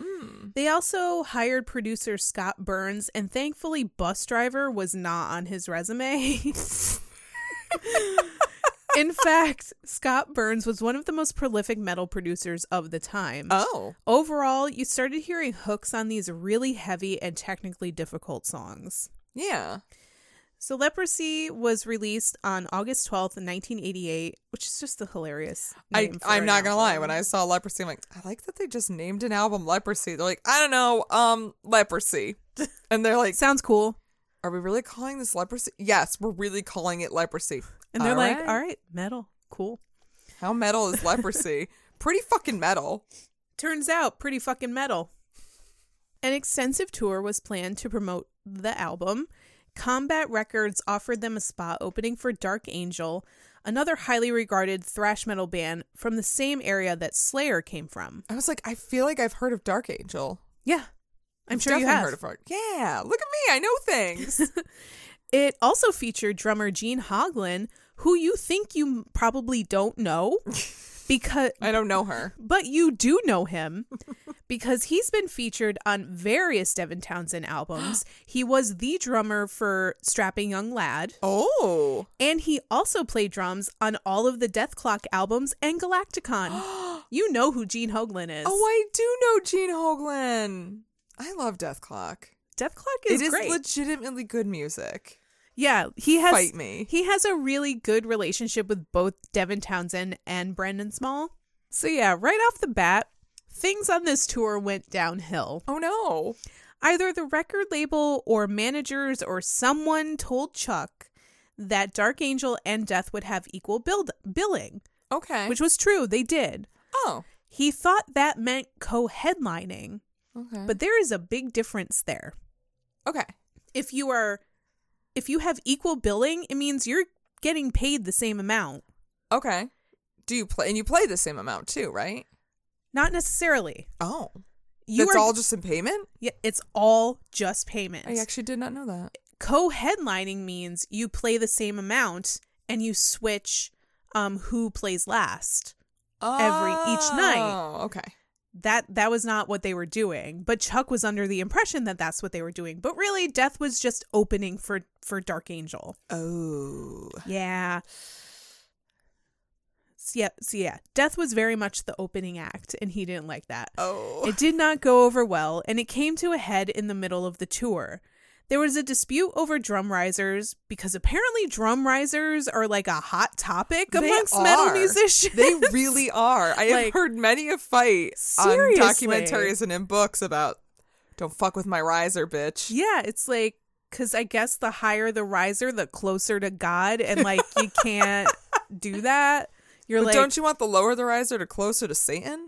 They also hired producer Scott Burns, and thankfully, Bus Driver was not on his resume. In fact, Scott Burns was one of the most prolific metal producers of the time.
Oh.
Overall, you started hearing hooks on these really heavy and technically difficult songs.
Yeah.
So, Leprosy was released on August 12th, 1988, which is just a hilarious
I,
name for
I'm
an
not gonna lie.
album.
When I saw leprosy, I'm like, I like that they just named an album leprosy. They're like, I don't know, um, leprosy, and they're like,
Sounds cool.
Are we really calling this leprosy? Yes, we're really calling it leprosy.
And they're like,
right.
all right, metal, cool.
How metal is leprosy? Pretty fucking metal.
Turns out, pretty fucking metal. An extensive tour was planned to promote the album. Combat Records offered them a spot opening for Dark Angel, another highly regarded thrash metal band from the same area that Slayer came from.
I was like, I feel like I've heard of Dark Angel.
Yeah, I'm
I've
sure you
definitely
have.
heard of Dark. Yeah, look at me. I know things.
It also featured drummer Gene Hoglan, who you think you m- probably don't know, because
I don't know her.
but you do know him because he's been featured on various Devin Townsend albums. he was the drummer for Strapping Young Lad,
Oh,
and he also played drums on all of the Death Clock albums and Galacticon. you know who Gene Hoglan is.
oh, I do know Gene Hoglan. I love Death Clock.
Death Clock
It
is,
is
great.
legitimately good music.
yeah, he has
Fight me.
He has a really good relationship with both Devin Townsend and Brendan Small. So, yeah, right off the bat, things on this tour went downhill.
Oh no.
Either the record label or managers or someone told Chuck that Dark Angel and Death would have equal build- billing,
Okay.
which was true. They did.
oh.
He thought that meant co headlining,
Okay.
but there is a big difference there.
okay.
If you are. If you have equal billing, it means you're getting paid the same amount.
Okay. Do you play and you play the same amount too, right?
Not necessarily.
Oh.
You
That's
are,
all just in payment?
yeah, it's all just payment.
I actually did not know that.
Co-headlining means you play the same amount and you switch um who plays last. Every- each night.
Oh, okay.
That that was not what they were doing, but Chuck was under the impression that that's what they were doing. But really, Death was just opening for for Dark Angel.
Oh.
Yeah. So yeah, so yeah, Death was very much the opening act, and he didn't like that.
Oh.
It did not go over well, and it came to a head in the middle of the tour. There was a dispute over drum risers because apparently drum risers are like a hot topic
They
amongst metal
are.
musicians.
they really are. I have
Like,
heard many a fight
seriously.
on documentaries and in books about don't fuck with my riser, bitch.
yeah, it's like because I guess the higher the riser, the closer to God, and like you can't do that. You're
But
like
don't you want the lower the riser to closer to Satan?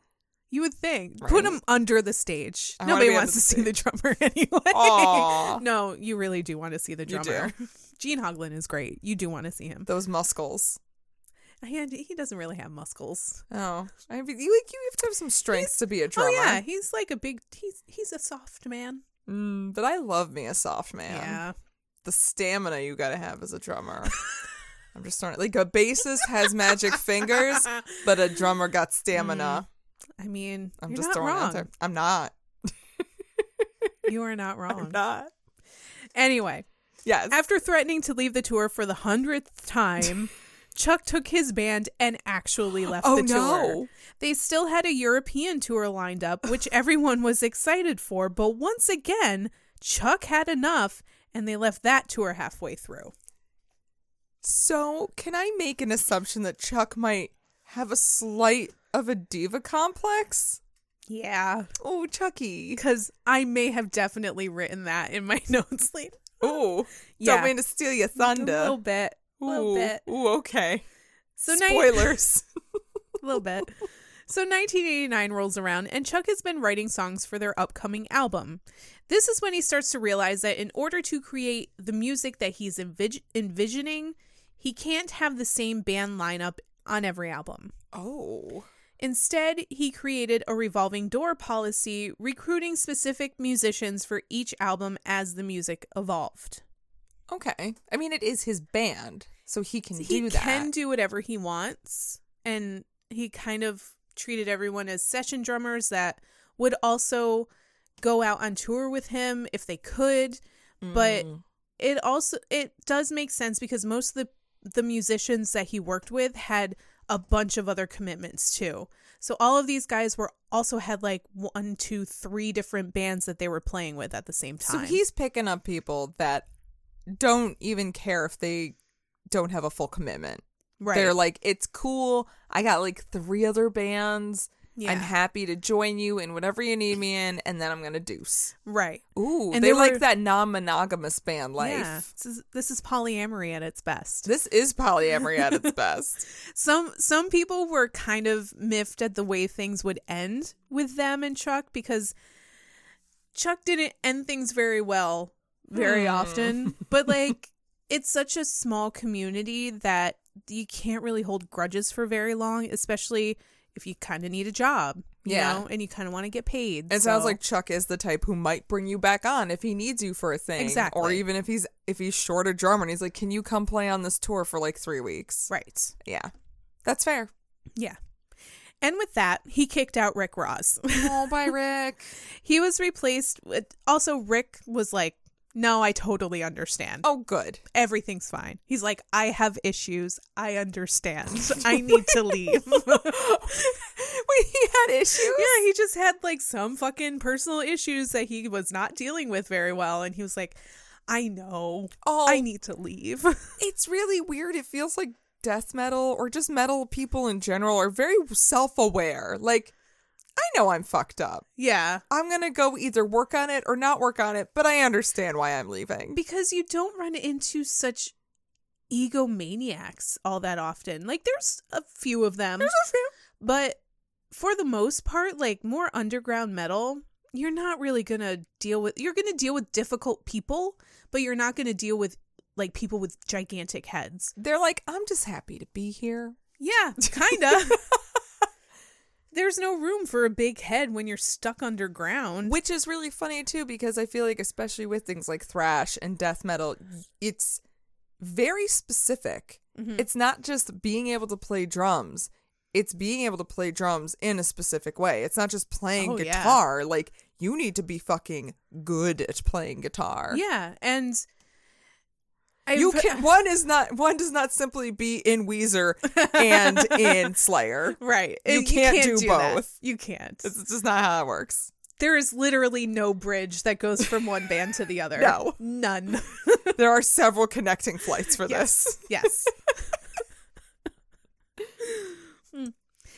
you would think put them under the stage.
I wanna
Nobody
be under
wants to
the
see the drummer anyway.
Aw.
No, you really do want to see the
You
drummer. Gene Hoglan is great. You do want to see him.
Those muscles.
He, he doesn't really have muscles.
Oh. I mean, you, like, you have to have some strength to be a drummer.
Oh yeah, he's like a big. He's he's a soft man.
Mm, but I love me a soft man.
Yeah,
the stamina you gotta have as a drummer. I'm just throwing it like a bassist has magic fingers, but a drummer got stamina.
I mean,
I'm
Mm. you're
just
not
throwing it
wrong.
out there. I'm not.
You are not wrong.
Not.
Anyway,
Yes.
after threatening to leave the tour for the hundredth time. Chuck took his band and actually left
Oh,
the tour.
no.
They still had a European tour lined up, which everyone was excited for, but once again, Chuck had enough and they left that tour halfway through.
so, can I make an assumption that Chuck might have a slight of a diva complex?
Yeah.
Oh, Chucky.
Because I may have definitely written that in my notes later.
Oh,
Yeah.
don't mean to steal your
A little
thunder.
bit. A little
Ooh,
bit.
Ooh, okay.
So now you-
Spoilers.
a little bit. So 1989 rolls around, and Chuck has been writing songs for their upcoming album. This is when he starts to realize that in order to create the music that he's envis- envisioning, he can't have the same band lineup on every album.
oh.
Instead, he created a revolving door policy, recruiting specific musicians for each album as the music evolved.
Okay. I mean, it is his band, so he can
he
do that.
can do whatever he wants and he kind of treated everyone as session drummers that would also go out on tour with him if they could but
Mm.
it also it does make sense because most of the the musicians that he worked with had a bunch of other commitments too so all of these guys were also had like one two three different bands that they were playing with at the same
So
time
he's picking up people that don't even care if they don't have a full commitment.
right
They're like, it's cool. I got like three other bands.
Yeah.
I'm happy to join you in whatever you need me in, and then I'm gonna deuce.
right
Ooh,
And
they
they
like
were-
that non-monogamous band life.
yeah this is, this is polyamory at its best
This is polyamory at its best.
some some people were kind of miffed at the way things would end with them and Chuck because Chuck didn't end things very well very
Hmm.
often. But like it's such a small community that you can't really hold grudges for very long, especially if you kind of need a job, you
Yeah.
know, and you kind of want to get paid.
It sounds
so-
like Chuck is the type who might bring you back on if he needs you for a thing, or
Exactly.
even if he's if he's short a drummer and he's like, "Can you come play on this tour for like three weeks?"
right.
Yeah, that's fair.
Yeah. And with that, he kicked out Rick Ross.
Oh, by Rick.
he was replaced with also Rick was like, "No, I totally understand.
Oh, good.
everything's fine. He's like, I have issues. I understand. I need to leave.
Wait, he had issues.
yeah, he just had like some fucking personal issues that he was not dealing with very well. And he was like, I know.
Oh.
I need to leave.
It's really weird. It feels like death metal or just metal people in general are very self-aware. Like, I know I'm fucked up.
yeah.
I'm gonna go either work on it or not work on it, but I understand why I'm leaving.
Because you don't run into such egomaniacs all that often. Like, there's a few of them. But for the most part, like more underground metal, you're not really going to deal with you're going to deal with difficult people, but you're not going to deal with like people with gigantic heads.
They're like, I'm just happy to be here.
Yeah, kind of. There's no room for a big head when you're stuck underground.
Which is really funny too, because I feel like, especially with things like thrash and death metal, it's very specific.
Mm-hmm.
It's not just being able to play drums, it's being able to play drums in a specific way. It's not just playing
Oh, yeah.
guitar. Like, you need to be fucking good at playing guitar.
yeah, and I
You can one is not one does not simply be in Weezer and in Slayer.
right.
you
And
can't do
that.
both.
You can't.
It's just not how it works.
There is literally no bridge that goes from one band to the other.
No.
None.
There are several connecting flights for this.
Yes. Hmm.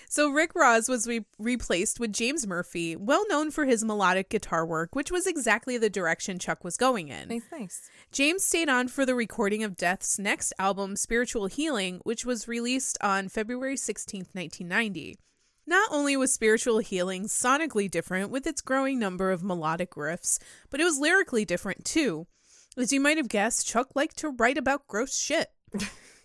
so Rick Ross was re- replaced with James Murphy, well known for his melodic guitar work, which was exactly the direction Chuck was going in.
Nice, nice.
James stayed on for the recording of Death's next album, Spiritual Healing, which was released on February 16, 1990. Not only was Spiritual Healing sonically different with its growing number of melodic riffs, but it was lyrically different too. As you might have guessed, Chuck liked to write about gross shit.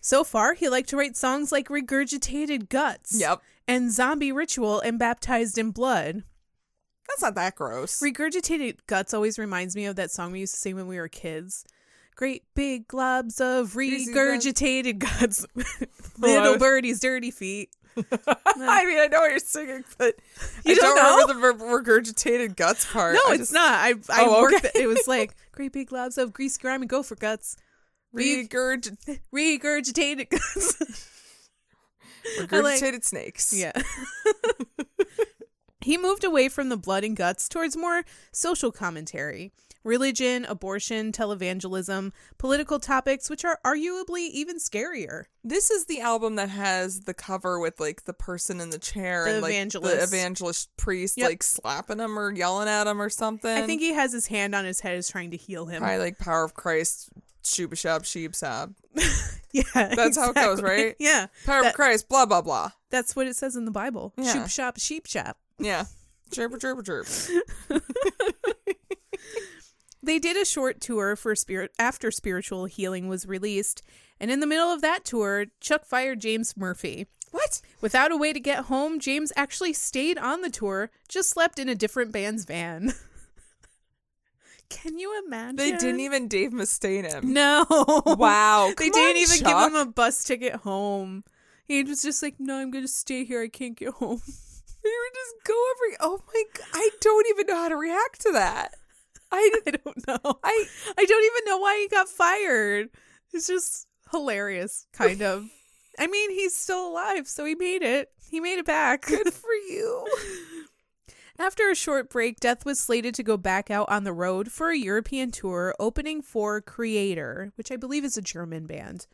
so far, he liked to write songs like Regurgitated Guts
Yep.
and Zombie Ritual and Baptized in Blood.
That's not that gross.
Regurgitated guts always reminds me of that song we used to sing when we were kids. Great big globs of
Greasy guts.
regurgitated guts,
I
little
was-
birdies' dirty feet.
I mean, I know what you're singing, but
You
I don't
don't know?
remember the re- regurgitated guts part.
No,
I
it's
just-
not. I I
Oh,
worked.
okay.
It. it was like great big globs of grease, grime, and gopher guts,
regurg-
regurgitated guts. like-
regurgitated snakes.
Yeah. he moved away from the blood and guts towards more social commentary. religion, abortion, televangelism, political topics, which are arguably even scarier.
This is the album that has the cover with like the person in the chair
The
and like the
evangelist.
evangelist priest
Yep.
like slapping him or yelling at him or something.
I think he has his hand on his head, is trying to heal him.
probably like power of Christ, shooba shop, sheep sab.
Yeah,
That's how it goes, right?
Yeah,
Power
That-
of Christ, blah blah blah.
that's what it says in the Bible.
Yeah.
Shoop shop, sheep shop.
Yeah. Chirp, chirp, chirp.
They did a short tour for spirit after spiritual healing was released, and in the middle of that tour, Chuck fired James Murphy.
What?
Without a way to get home, James actually stayed on the tour, just slept in a different band's van. Can you imagine?
They didn't even Dave Mustaine him.
No.
Wow.
They
come
didn't
on,
even
Chuck.
give him a bus ticket home. He was just like, "No, I'm going to stay here. I can't get home."
They would just go every. Oh my! g- I don't even know how to react to that.
I, I don't know.
I
I don't even know why he got fired. It's just hilarious, kind of. I mean, he's still alive, so he made it. He made it back.
good for you.
After a short break, Death was slated to go back out on the road for a European tour, opening for Creator, which I believe is a German band.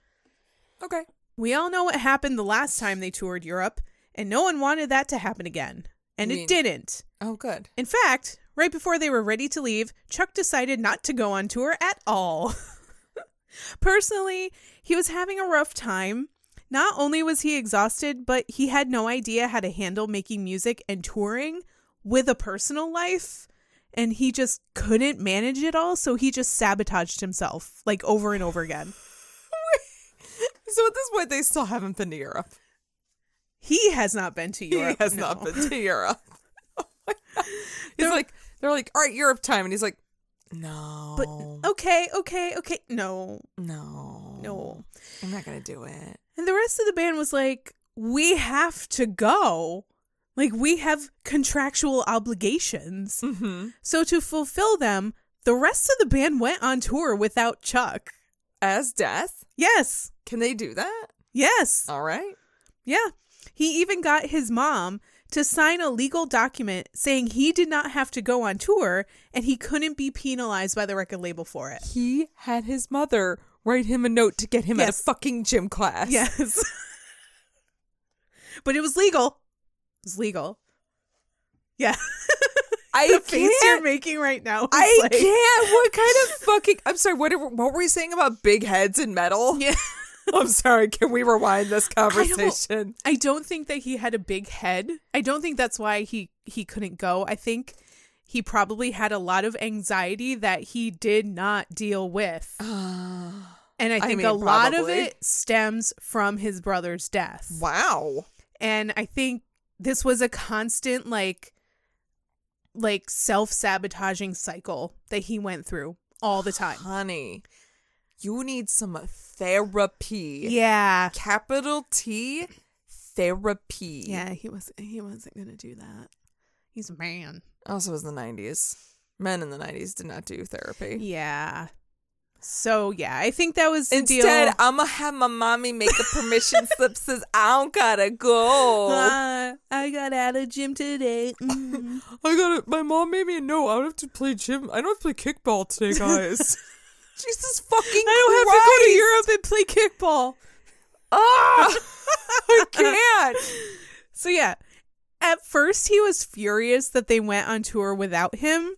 Okay.
We all know what happened the last time they toured Europe, and no one wanted that to happen again. And
You
it
mean-
didn't.
Oh, good.
In fact, right before they were ready to leave, Chuck decided not to go on tour at all. Personally, he was having a rough time. Not only was he exhausted, but he had no idea how to handle making music and touring with a personal life. And he just couldn't manage it all. So he just sabotaged himself like over and over again.
So at this point, they still haven't been to Europe.
He has not been to Europe.
he has
no.
not been to Europe. Oh my God. He's
They're-
like, they're like, all right, Europe time, and he's like, no,
But okay, okay, okay. No,
no,
no.
I'm not gonna do it.
And the rest of the band was like, we have to go. Like, we have contractual obligations.
Mm-hmm.
So, to fulfill them, the rest of the band went on tour without Chuck.
As death,
Yes.
can they do that?
Yes.
All right.
Yeah. He even got his mom to sign a legal document saying he did not have to go on tour and he couldn't be penalized by the record label for it.
He had his mother write him a note to get him out of
Yes.
fucking gym class.
Yes. but it was legal. It was legal. Yeah.
I
the face
can't
you're making right now. is
I
like-
can't. What kind of fucking? I'm sorry. What what were you saying about big heads and metal?
Oh, Yeah.
I'm sorry. Can we rewind this conversation?
I don't think that he had a big head. I don't think that's why he he couldn't go. I think he probably had a lot of anxiety that he did not deal with. And Uh, I think
mean,
a lot of
probably.
it stems from his brother's death.
Wow.
and i think this was a constant like like self-sabotaging cycle that he went through all the time
honey, you need some therapy.
yeah
Capital T therapy.
yeah he was he wasn't gonna do that he's a man
Also, it was the 90s. Men in the 90s did not do therapy.
yeah so yeah i think that was the
Instead,
deal
I'ma have my mommy make a permission slip says I don't gotta go.
Uh, i got out of gym today Mm.
I gotta my mom made me a note. I don't have to play gym I don't have to play kickball today, guys. Jesus fucking
i don't have to go to europe and play kickball
Ah, I can't.
So yeah, at first he was furious that they went on tour without him,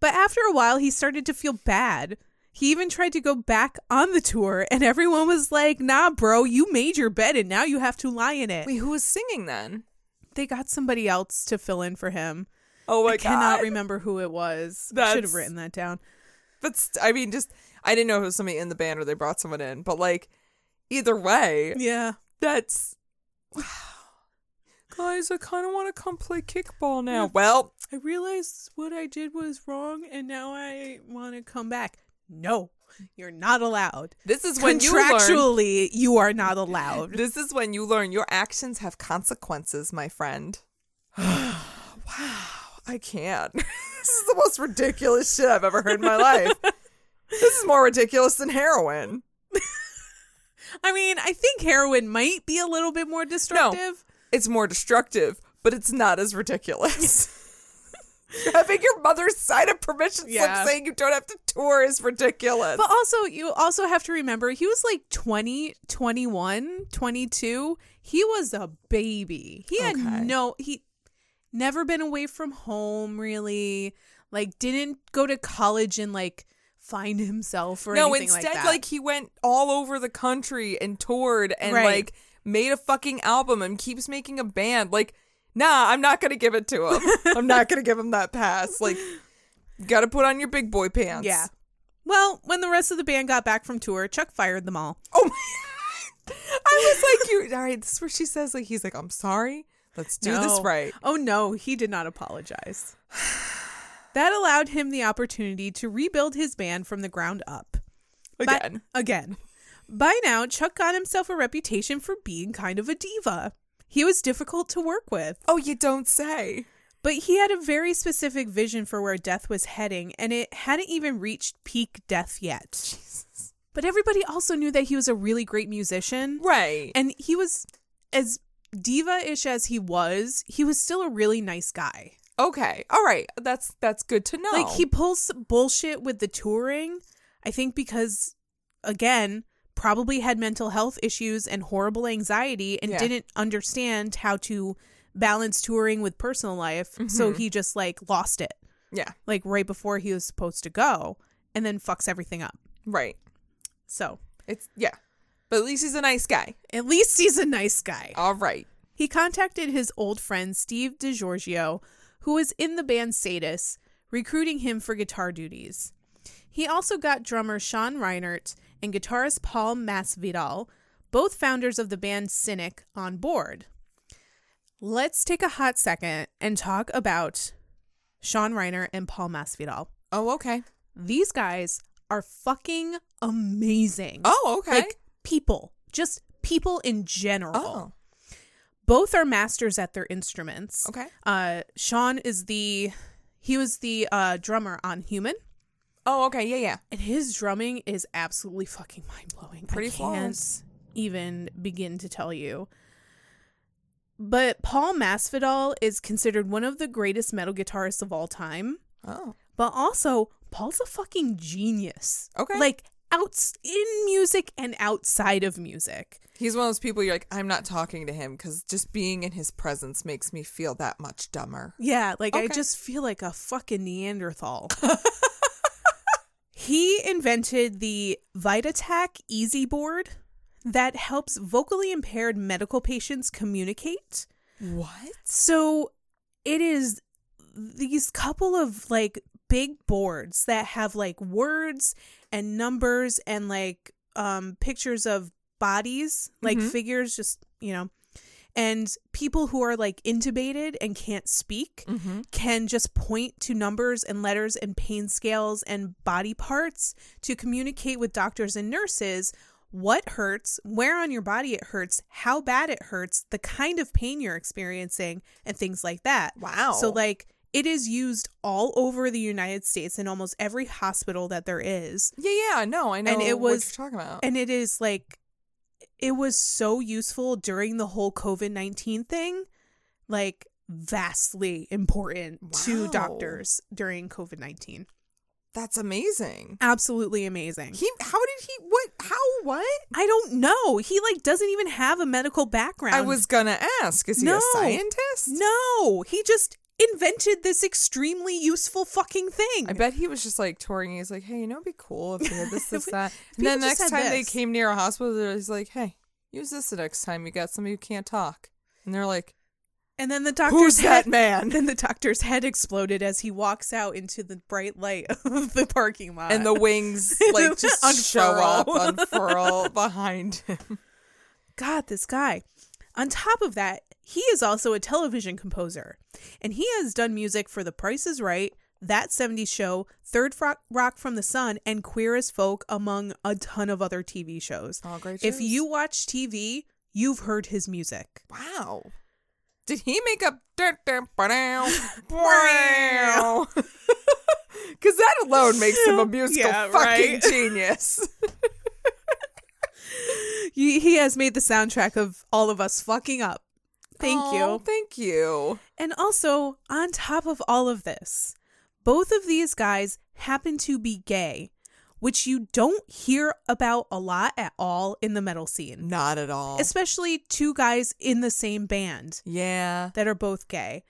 but after a while he started to feel bad. He even tried to go back on the tour and everyone was like, "Nah, bro, you made your bed and now you have to lie in it."
Wait, who was singing then?
They got somebody else to fill in for him.
Oh my
I cannot
god.
remember who it was. I
That's-
Should have written that down.
But st- I mean, just I didn't know if it was somebody in the band or they brought someone in. But like, either way,
Yeah.
that's guys. I kind of want to come play kickball now. Well,
I realized what I did was wrong and now I want to come back. No. You're not allowed.
this is when you learn.
Contractually, you are not allowed.
This is when you learn your actions have consequences, my friend. wow, I can't. this is the most ridiculous shit I've ever heard in my life. this is more ridiculous than heroin.
I mean, I think heroin might be a little bit more destructive.
It's more destructive, but it's not as ridiculous. Having your mother sign a permission
Yeah.
slip saying you don't have to tour is ridiculous.
But also, you also have to remember he was like 20, 21, 22. He was a baby. He had
Okay.
no, he never been away from home really. Like, didn't go to college and like find himself or
no,
anything
instead,
like
like,
that.
he went all over the country and toured and
Right.
like made a fucking album and keeps making a band. Like, nah, I'm not gonna give it to him. I'm not gonna give him that pass. Like, gotta put on your big boy pants.
yeah. Well, when the rest of the band got back from tour, Chuck fired them all.
Oh my I was like, you all right, this is where she says like he's like, I'm sorry. Let's do this
No.
right.
Oh no, he did not apologize. That allowed him the opportunity to rebuild his band from the ground up. But-
Again.
again. By now, Chuck got himself a reputation for being kind of a diva. He was difficult to work with,
oh, you don't say.
but he had a very specific vision for where death was heading, and it hadn't even reached peak death yet. But everybody also knew that he was a really great musician,
Right.
and he was as diva ish as he was, he was still a really nice guy.
okay. All right. That's that's good to know.
Like he pulls bullshit with the touring. I think because again, probably had mental health issues and horrible anxiety and
Yeah.
didn't understand how to balance touring with personal life. So he just like lost it
Yeah.
like right before he was supposed to go and then fucks everything up.
Right.
So,
It's yeah. But at least he's a nice guy.
at least he's a nice guy.
All right.
He contacted his old friend Steve DiGiorgio, who was in the band Sadus, recruiting him for guitar duties. He also got drummer Sean Reinert and guitarist Paul Masvidal, both founders of the band Cynic, on board. Let's take a hot second and talk about Sean Reiner and Paul Masvidal.
Oh, okay.
These guys are fucking amazing.
Oh, okay.
Like people, just people in general
oh,
both are masters at their instruments.
okay.
Uh, Sean is the he was the uh, drummer on Human,
Oh, okay. Yeah, yeah.
and his drumming is absolutely fucking mind blowing.
Pretty
I can't
flawless.
even begin to tell you. But Paul Masvidal is considered one of the greatest metal guitarists of all time.
Oh,
But also, Paul's a fucking genius.
Okay.
like outs in music and outside of music.
he's one of those people. You're like, I'm not talking to him because just being in his presence makes me feel that much dumber.
Yeah, like I
Okay.
just feel like a fucking Neanderthal. he invented the VitaTac Easy Board that helps vocally impaired medical patients communicate.
What?
So it is these couple of like big boards that have like words and numbers and like um pictures of bodies, like
Mhm.
figures just, you know, and people who are like intubated and can't speak
Mm-hmm.
can just point to numbers and letters and pain scales and body parts to communicate with doctors and nurses what hurts, where on your body it hurts, how bad it hurts, the kind of pain you're experiencing, and things like that.
Wow.
So, like, it is used all over the United States in almost every hospital that there is.
yeah, yeah. No, I know.
it was-
what you're talking about.
And it is like, it was so useful during the whole COVID 19 thing, like vastly important to
Wow.
doctors during COVID 19.
That's amazing.
Absolutely amazing.
He. How did he? What? How? What?
I don't know. He like doesn't even have a medical background.
I was gonna ask. Is he
No.
a scientist?
No, he just invented this extremely useful fucking thing.
I bet he was just like touring. He's like, hey, you know, it'd be cool if we had this, this, that. And
we
then
just
next
had
time they
this.
came near a hospital, he's like, hey, use this the next time you got somebody who can't talk. And they're like,
And then the doctor's
who's
head
that man?
then the doctor's head exploded as he walks out into the bright light of the parking lot.
And the wings like just show up, unfurl behind him.
God, this guy. On top of that, he is also a television composer, and he has done music for The Price is Right, That 70s Show, Third Fro- Rock from the Sun, and Queer as Folk, among a ton of other TV shows.
All great.
If
shows.
you watch TV, you've heard his music.
wow, did he make up? Because that alone makes him a musical
Yeah,
fucking
right.
genius.
He he has made the soundtrack of all of us fucking up Thank
Aw,
you.
Thank you.
And also, on top of all of this, both of these guys happen to be gay, which you don't hear about a lot at all in the metal scene,
Not at all.
especially two guys in the same band
yeah.
that are both gay.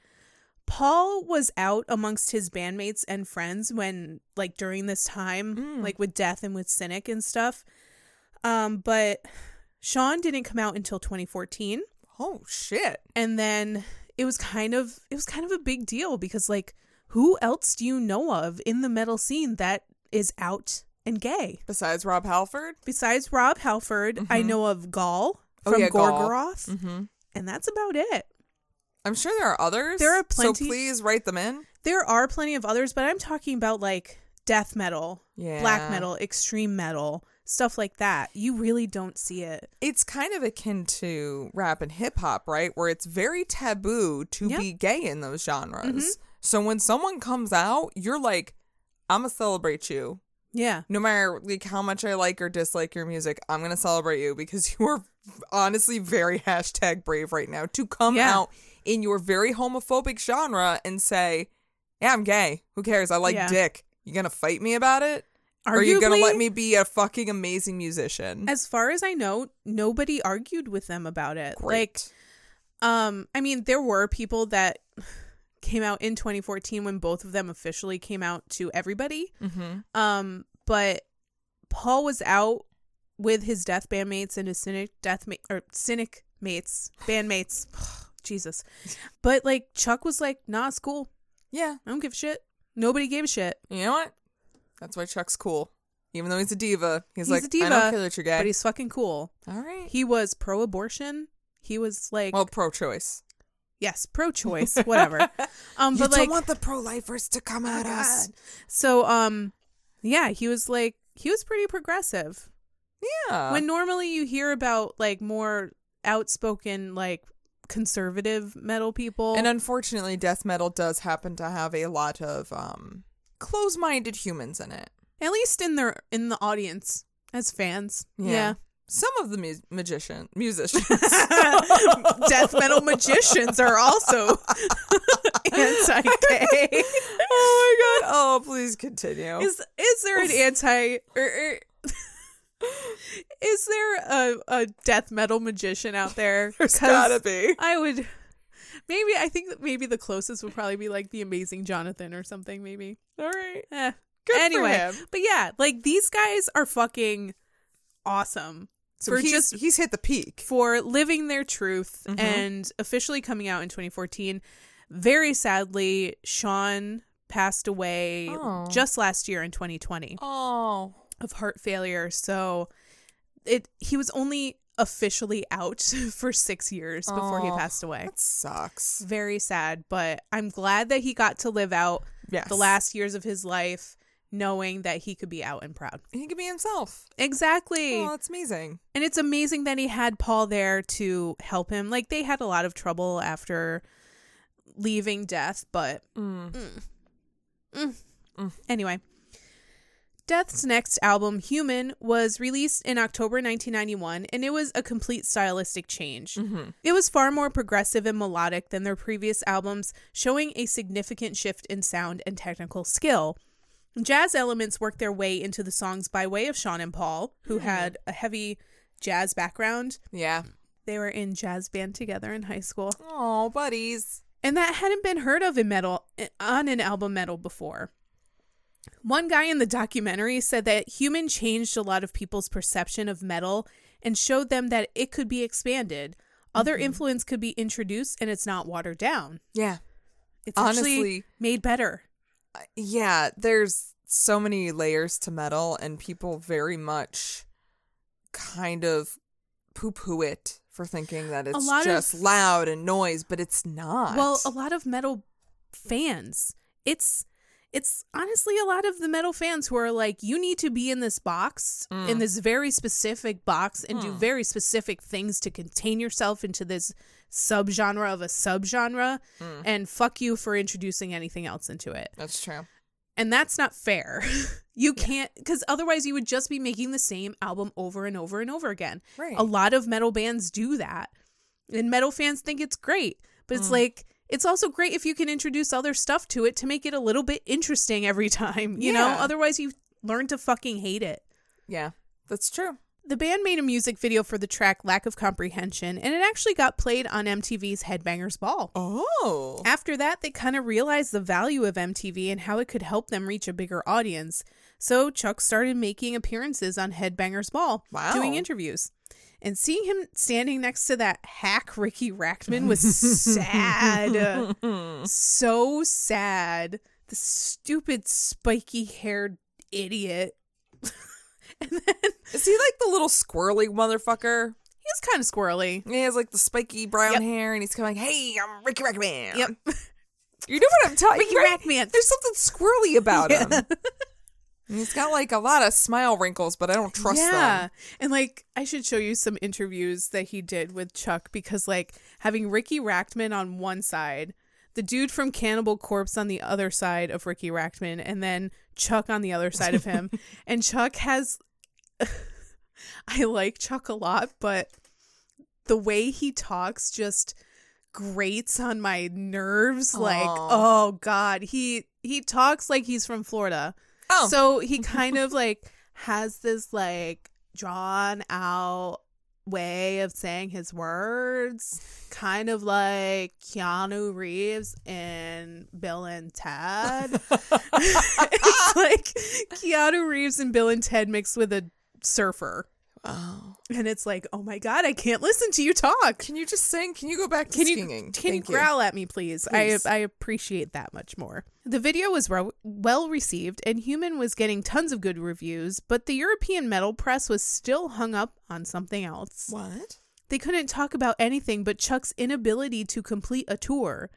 Paul was out amongst his bandmates and friends when, like, during this time, like with Death and with Cynic and stuff. Um, but Sean didn't come out until 2014
Oh shit.
and then it was kind of it was kind of a big deal because like who else do you know of in the metal scene that is out and gay
Besides Rob Halford.
besides rob halford i know of gall
Mm-hmm. Oh,
from
yeah, Gall.
gorgoroth
Mm-hmm.
and that's about it
I'm sure there are others.
There are
So
plenty-
please write them in.
there are plenty of others but i'm talking about like death metal
Yeah.
black metal extreme metal stuff like that you really don't see it
It's kind of akin to rap and hip hop, right? Where it's very taboo to
Yeah. Mm-hmm.
be gay in those genres. So when someone comes out, you're like, I'm gonna celebrate you.
yeah
No matter like how much I like or dislike your music, I'm gonna celebrate you because you are honestly very hashtag brave right now to come
Yeah.
out in your very homophobic genre and say, Yeah, I'm gay. Who cares? I like
Yeah.
dick. You gonna fight me about it?
Arguably,
Or are you gonna let me be a fucking amazing musician?
as far as i know nobody argued with them about it like
Great.
Um, I mean, there were people that came out in 2014 when both of them officially came out to everybody.
hmm
Um, but Paul was out with his death bandmates and his cynic death ma- or cynic mates bandmates. Jesus, but like Chuck was like, "Nah, it's cool.
Yeah.
I don't give a shit. Nobody gave a shit."
You know what? That's why Chuck's cool. Even though he's a diva, he's,
He's
like,
a diva,
I don't care that you're
But
gay.
he's fucking cool.
All right.
He was pro-abortion. He was like,
well, pro-choice.
yes, pro-choice, whatever. Um, but like, Oh
the pro-lifers to come at
us. So um yeah, he was like he was pretty progressive.
Yeah.
when normally you hear about like more outspoken like conservative metal people
and uh, unfortunately, death metal does happen to have a lot of um, close-minded humans in it.
at least in their in the audience as fans. Yeah.
Some of the mu- magician musicians.
Death metal magicians are also anti-gay.
oh my god! Oh, please continue.
Is is there an anti or, or is there a, a death metal magician out there?
There's
'Cause-
gotta be.
I would maybe I think that maybe the closest would probably be like the amazing Jonathan or something maybe.
All right.
Eh.
Good for
anyway,
him.
but yeah, like these guys are fucking awesome
So
for
he's, Mm-hmm.
just
he's hit the peak.
for living their truth and officially coming out in 2014. Very sadly, Sean passed away
Oh.
just last year in 2020
Oh,
of heart failure. So it he was only officially out for 6 years before he
Oh.
passed away.
that sucks.
very sad, but I'm glad that he got to live out
Yes.
the last years of his life knowing that he could be out and proud.
He can be himself.
Exactly.
Oh, that's amazing.
And it's amazing that he had Paul there to help him. Like they had a lot of trouble after leaving death, but Mm. Mm. anyway. Death's next album, Human, was released in October 1991, and it was a complete stylistic change. It was far more progressive and melodic than their previous albums, showing a significant shift in sound and technical skill. Jazz elements worked their way into the songs by way of Sean and Paul, who had a heavy jazz background.
Yeah.
They were in jazz band together in high school,
Oh, buddies.
and that hadn't been heard of in metal on an album metal before. One guy in the documentary said that Human changed a lot of people's perception of metal and showed them that it could be expanded. Other influence could be introduced and it's not watered down.
Yeah.
It's Honestly,
Honestly-
made better.
Yeah. There's so many layers to metal, and people very much kind of poo poo it for thinking that it's
lot of-
just loud and noise, but it's not.
Well, a lot of metal fans. It's it's honestly a lot of the metal fans who are like, you need to be in this box, in this very specific box, and do very specific things to contain yourself into this subgenre of a subgenre, and fuck you for introducing anything else into it.
that's true.
And that's not fair. you can't, because otherwise you would just be making the same album over and over and over again.
Right.
A lot of metal bands do that. And metal fans think it's great, but
Mm.
it's like it's also great if you can introduce other stuff to it to make it a little bit interesting every time, you know?
Yeah.
Otherwise you learn to fucking hate it.
Yeah, that's true.
The band made a music video for the track Lack of Comprehension, and it actually got played on MTV's Headbangers Ball.
Oh.
After that, they kind of realized the value of MTV and how it could help them reach a bigger audience. So Chuck started making appearances on Headbangers Ball,
Wow.
doing interviews. And seeing him standing next to that hack Ricky Rackman was sad. so sad. The stupid spiky haired idiot. and then
Is he like the little squirrely motherfucker?
he's kind of squirrely.
He has like the spiky brown
Yep.
hair and he's going, hey, I'm Ricky Rackman.
Yep.
You know what I'm talking
Ricky
right?
Rackman.
There's something squirrely about him. And he's got like a lot of smile wrinkles, but I don't trust them.
And like I should show you some interviews that he did with Chuck because like having Ricky Rackman on one side, the dude from Cannibal Corpse on the other side of Ricky Rackman, and then Chuck on the other side of him. and Chuck has I like Chuck a lot, but the way he talks just grates on my nerves like
Aw.
oh god he he talks like he's from florida
Oh,
so he kind of like has this like drawn out way of saying his words, kind of like Keanu Reeves in Bill and Ted. it's like Keanu Reeves and Bill and Ted mixed with a surfer.
Oh.
And it's like, oh my God, I can't listen to you talk.
Can you just sing? Can you go back to
Can you
singing?
can you growl at me, please?
Please.
I I appreciate that much more. The video was re- well received, and Human was getting tons of good reviews. But the European metal press was still hung up on something else.
What?
They couldn't talk about anything but Chuck's inability to complete a tour.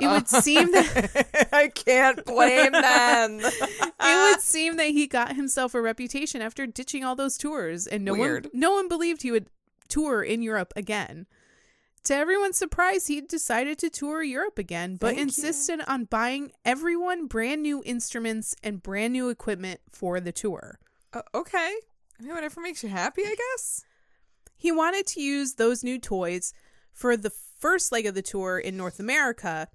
It would seem that
I can't blame them.
it
Ah.
would seem that he got himself a reputation after ditching all those tours, and no
Weird.
one no one believed he would tour in Europe again. To everyone's surprise, he decided to tour Europe again, but
Thank you.
insisted on buying everyone brand new instruments and brand new equipment for the tour.
Uh, okay. I mean, whatever makes you happy, I guess.
He wanted to use those new toys for the first leg of the tour in North America,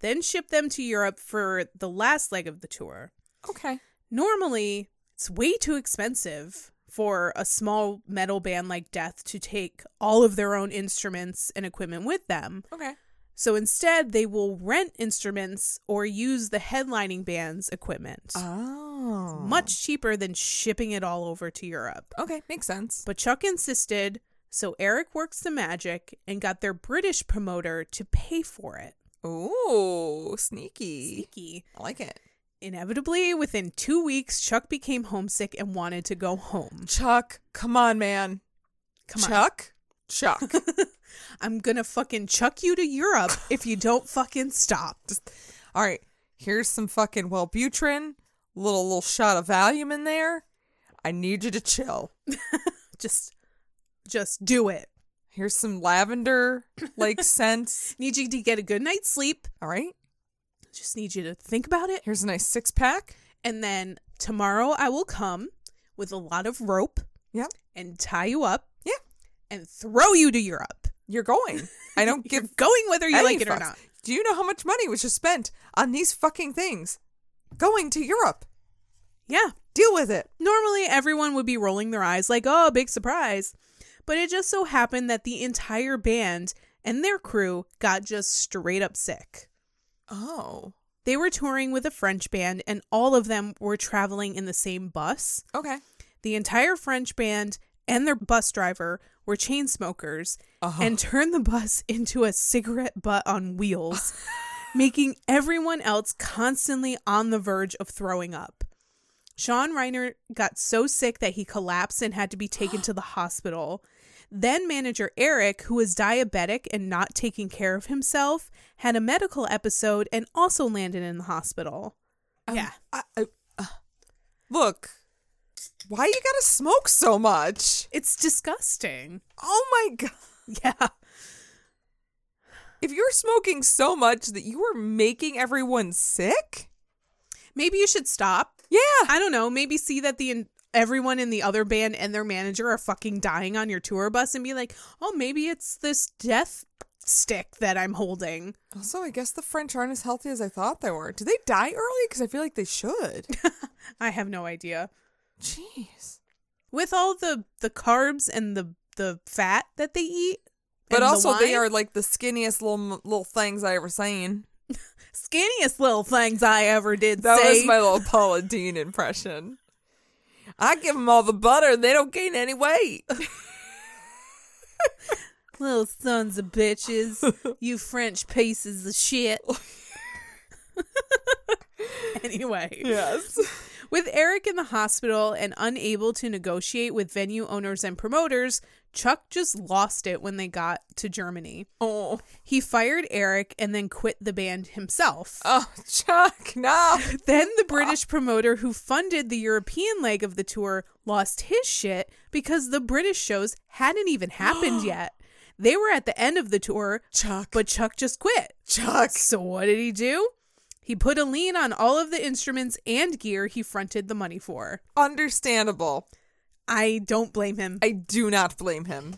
then ship them to Europe for the last leg of the tour.
Okay.
normally it's way too expensive for a small metal band like Death to take all of their own instruments and equipment with them.
Okay.
So instead, they will rent instruments or use the headlining band's equipment.
Oh.
Much cheaper than shipping it all over to Europe.
Okay, makes sense.
But Chuck insisted, so Eric works the magic and got their British promoter to pay for it.
Ooh, sneaky.
Sneaky.
I like it.
Inevitably, within two weeks, Chuck became homesick and wanted to go home.
Chuck, come on, man.
Come on.
Chuck? Chuck.
I'm gonna fucking chuck you to Europe if you don't fucking stop.
All right, here's some fucking Wellbutrin, little little shot of Valium in there. I need you to chill.
Just, just do it.
Here's some lavender like scents.
Need you to get a good night's sleep.
All right,
Just need you to think about it,
here's a nice six pack.
and then tomorrow I will come with a lot of rope
Yep,
and tie you up.
Yeah.
and throw you to Europe.
you're going. I don't
You're
give
going whether you
any
like it or
fucks.
not.
Do you know how much money was just spent on these fucking things? Going to Europe.
Yeah.
Deal with it.
Normally, everyone would be rolling their eyes like, oh, big surprise. But it just so happened that the entire band and their crew got just straight up sick.
Oh,
They were touring with a French band, and all of them were traveling in the same bus.
okay.
The entire French band and their bus driver were chain smokers
Uh-huh.
and turned the bus into a cigarette butt on wheels, making everyone else constantly on the verge of throwing up. Sean Reiner got so sick that he collapsed and had to be taken to the hospital. Then manager Eric, who was diabetic and not taking care of himself, had a medical episode and also landed in the hospital. yeah.
Um, I, I, uh, look, why you gotta smoke so much?
It's disgusting.
Oh my god.
Yeah.
If you're smoking so much that you are making everyone sick,
Maybe you should stop.
yeah,
I don't know. Maybe see that the en- everyone in the other band and their manager are fucking dying on your tour bus and be like, oh, maybe it's this death stick that I'm holding.
Also, I guess the French aren't as healthy as I thought they were. Do they die early? Because I feel like they should.
I have no idea.
Jeez.
With all the the carbs and the the fat that they eat,
But
and the
also, they
wine-
are like the skinniest little little things I ever seen.
skinniest little things I ever did
That
say.
was my little Paula Dean impression. I give them all the butter, and they don't gain any weight.
Little sons of bitches, you French pieces of shit. anyway,
Yes.
with Eric in the hospital and unable to negotiate with venue owners and promoters, Chuck just lost it when they got to Germany.
Oh,
He fired Eric and then quit the band himself.
oh, Chuck, no.
Then the British promoter who funded the European leg of the tour lost his shit because the British shows hadn't even happened yet. They were at the end of the tour,
Chuck,
but Chuck just quit.
Chuck.
So what did he do? He put a lien on all of the instruments and gear he fronted the money for.
Understandable.
I don't blame him.
I do not blame him.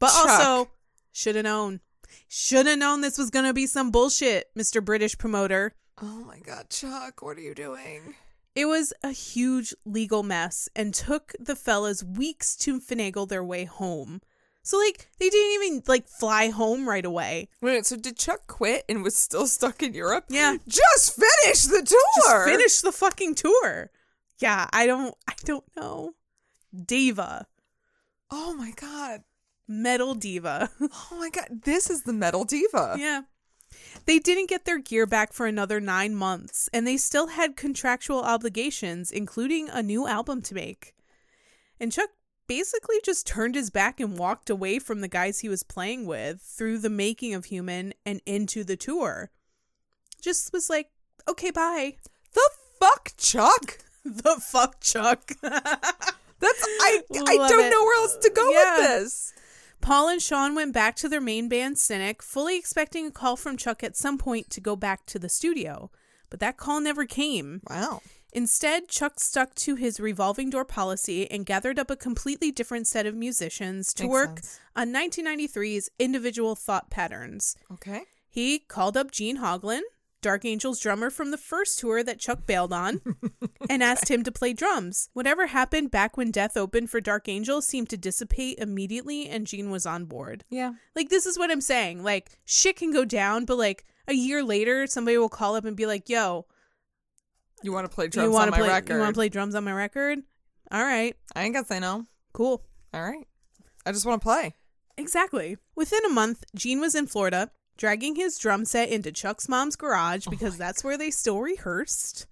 But
Chuck.
also, should have known. Should have known this was going to be some bullshit, Mr. British promoter.
Oh my God, Chuck, what are you doing?
It was a huge legal mess and took the fellas weeks to finagle their way home. So like they didn't even like fly home right away.
Wait, so did Chuck quit and was still stuck in Europe?
Yeah.
Just finish the tour.
Just finish the fucking tour. Yeah, I don't I don't know. Diva.
Oh my God.
Metal diva.
Oh my God. This is the metal diva.
yeah. They didn't get their gear back for another 9 months and they still had contractual obligations including a new album to make. And Chuck basically just turned his back and walked away from the guys he was playing with through the making of Human and into the tour. Just was like, "Okay, bye."
The fuck, Chuck?
The fuck, Chuck.
That's I. I
Love
don't
it.
know where else to go
Yeah.
with this.
Paul and Sean went back to their main band, Cynic, fully expecting a call from Chuck at some point to go back to the studio. But that call never came.
Wow.
Instead, Chuck stuck to his revolving door policy and gathered up a completely different set of musicians to
Makes
work
sense.
on 1993's individual thought patterns.
Okay.
He called up Gene Hoglan, Dark Angels drummer from the first tour that Chuck bailed on, and asked him to play drums. Whatever happened back when Death opened for Dark Angel seemed to dissipate immediately, and Gene was on board.
Yeah.
Like, this is what I'm saying. Like, shit can go down, but like a year later, somebody will call up and be like, yo,
You want to play drums
you
on
want
my
to play,
record?
you wanna play drums on my record? All right,
I ain't gonna say no.
cool.
All right. I just want to play.
Exactly. Within a month, Gene was in Florida, dragging his drum set into Chuck's mom's garage
Oh
because that's where they still rehearsed.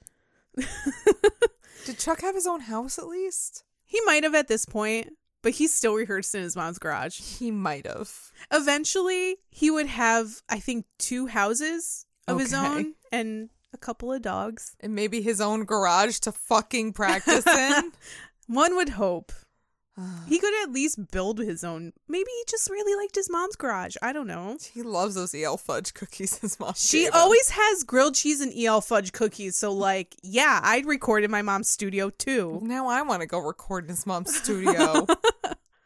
Did Chuck have his own house at least?
He might have at this point, but he still rehearsed in his mom's garage.
He might have.
Eventually, he would have, I think, two houses of his
Okay.
own and a couple of dogs.
And maybe his own garage to fucking practice in.
One would hope. He could at least build his own. Maybe he just really liked his mom's garage. I don't know.
he loves those EL fudge cookies his mom.
She
gave him.
always has grilled cheese and EL fudge cookies. So, like, yeah, I'd record in my mom's studio too.
Now I want to go record in his mom's studio.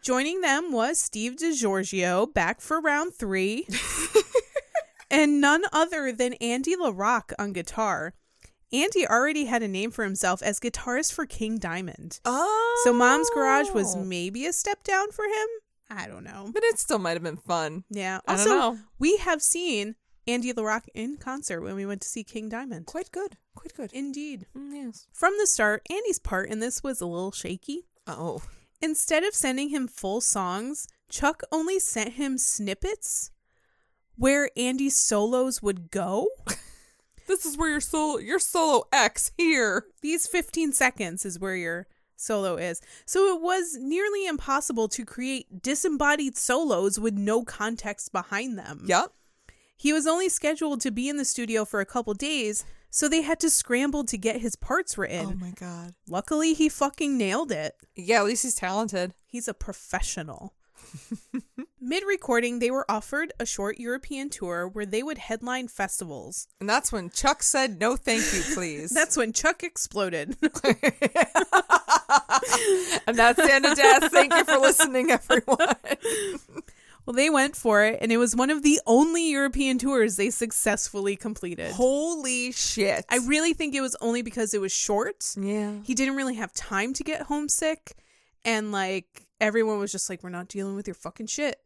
Joining them was Steve DiGiorgio back for round three, and none other than Andy LaRock on guitar. Andy already had a name for himself as guitarist for King Diamond.
oh.
So Mom's Garage was maybe a step down for him. I don't know.
But it still might have been fun.
Yeah.
I don't
Also,
know.
we have seen Andy LaRock in concert when we went to see King Diamond.
Quite good. Quite good.
Indeed.
Mm, yes.
From the start, Andy's part in this was a little shaky.
Oh.
Instead of sending him full songs, Chuck only sent him snippets where Andy's solos would go.
This is where your solo your solo X here.
These 15 seconds is where your solo is. So it was nearly impossible to create disembodied solos with no context behind them.
Yep.
He was only scheduled to be in the studio for a couple days, so they had to scramble to get his parts written.
Oh my god.
Luckily, he fucking nailed it.
Yeah, at least he's talented.
He's a professional. Mid recording, they were offered a short European tour where they would headline festivals.
And that's when Chuck said, "No, thank you, please."
That's when Chuck exploded.
and that's the end of death. Thank you for listening, everyone.
Well, they went for it, and it was one of the only European tours they successfully completed.
Holy shit.
I really think it was only because it was short.
yeah.
He didn't really have time to get homesick, and like everyone was just like, "We're not dealing with your fucking shit.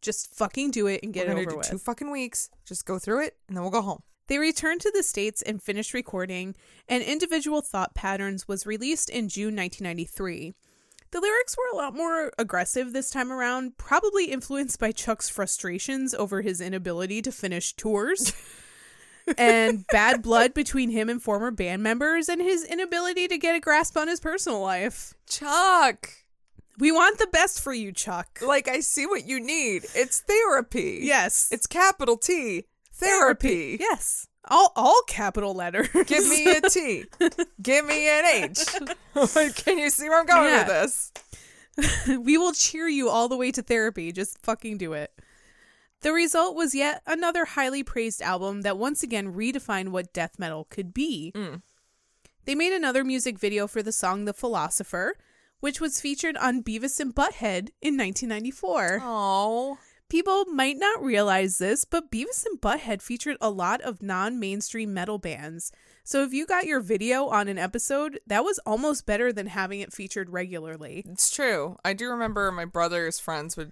Just fucking do it and get
We're
it
gonna
over
do
with."
two fucking weeks. Just go through it, and then we'll go home.
They returned to the States and finished recording, and Individual Thought Patterns was released in June 1993. The lyrics were a lot more aggressive this time around, probably influenced by Chuck's frustrations over his inability to finish tours and bad blood between him and former band members and his inability to get a grasp on his personal life.
Chuck,
We want the best for you, Chuck.
like I see what you need. It's therapy.
Yes.
It's capital T therapy.
yes. All all capital letters.
Give me a T. Give me an H. Can you see where I'm going with
Yeah.
this?
we will cheer you all the way to therapy. Just fucking do it. The result was yet another highly praised album that once again redefined what death metal could be. They made another music video for the song The Philosopher, which was featured on Beavis and Butthead in 1994.
Oh,
People might not realize this, but Beavis and Butthead featured a lot of non mainstream metal bands. So if you got your video on an episode, that was almost better than having it featured regularly.
it's true. I do remember my brother's friends would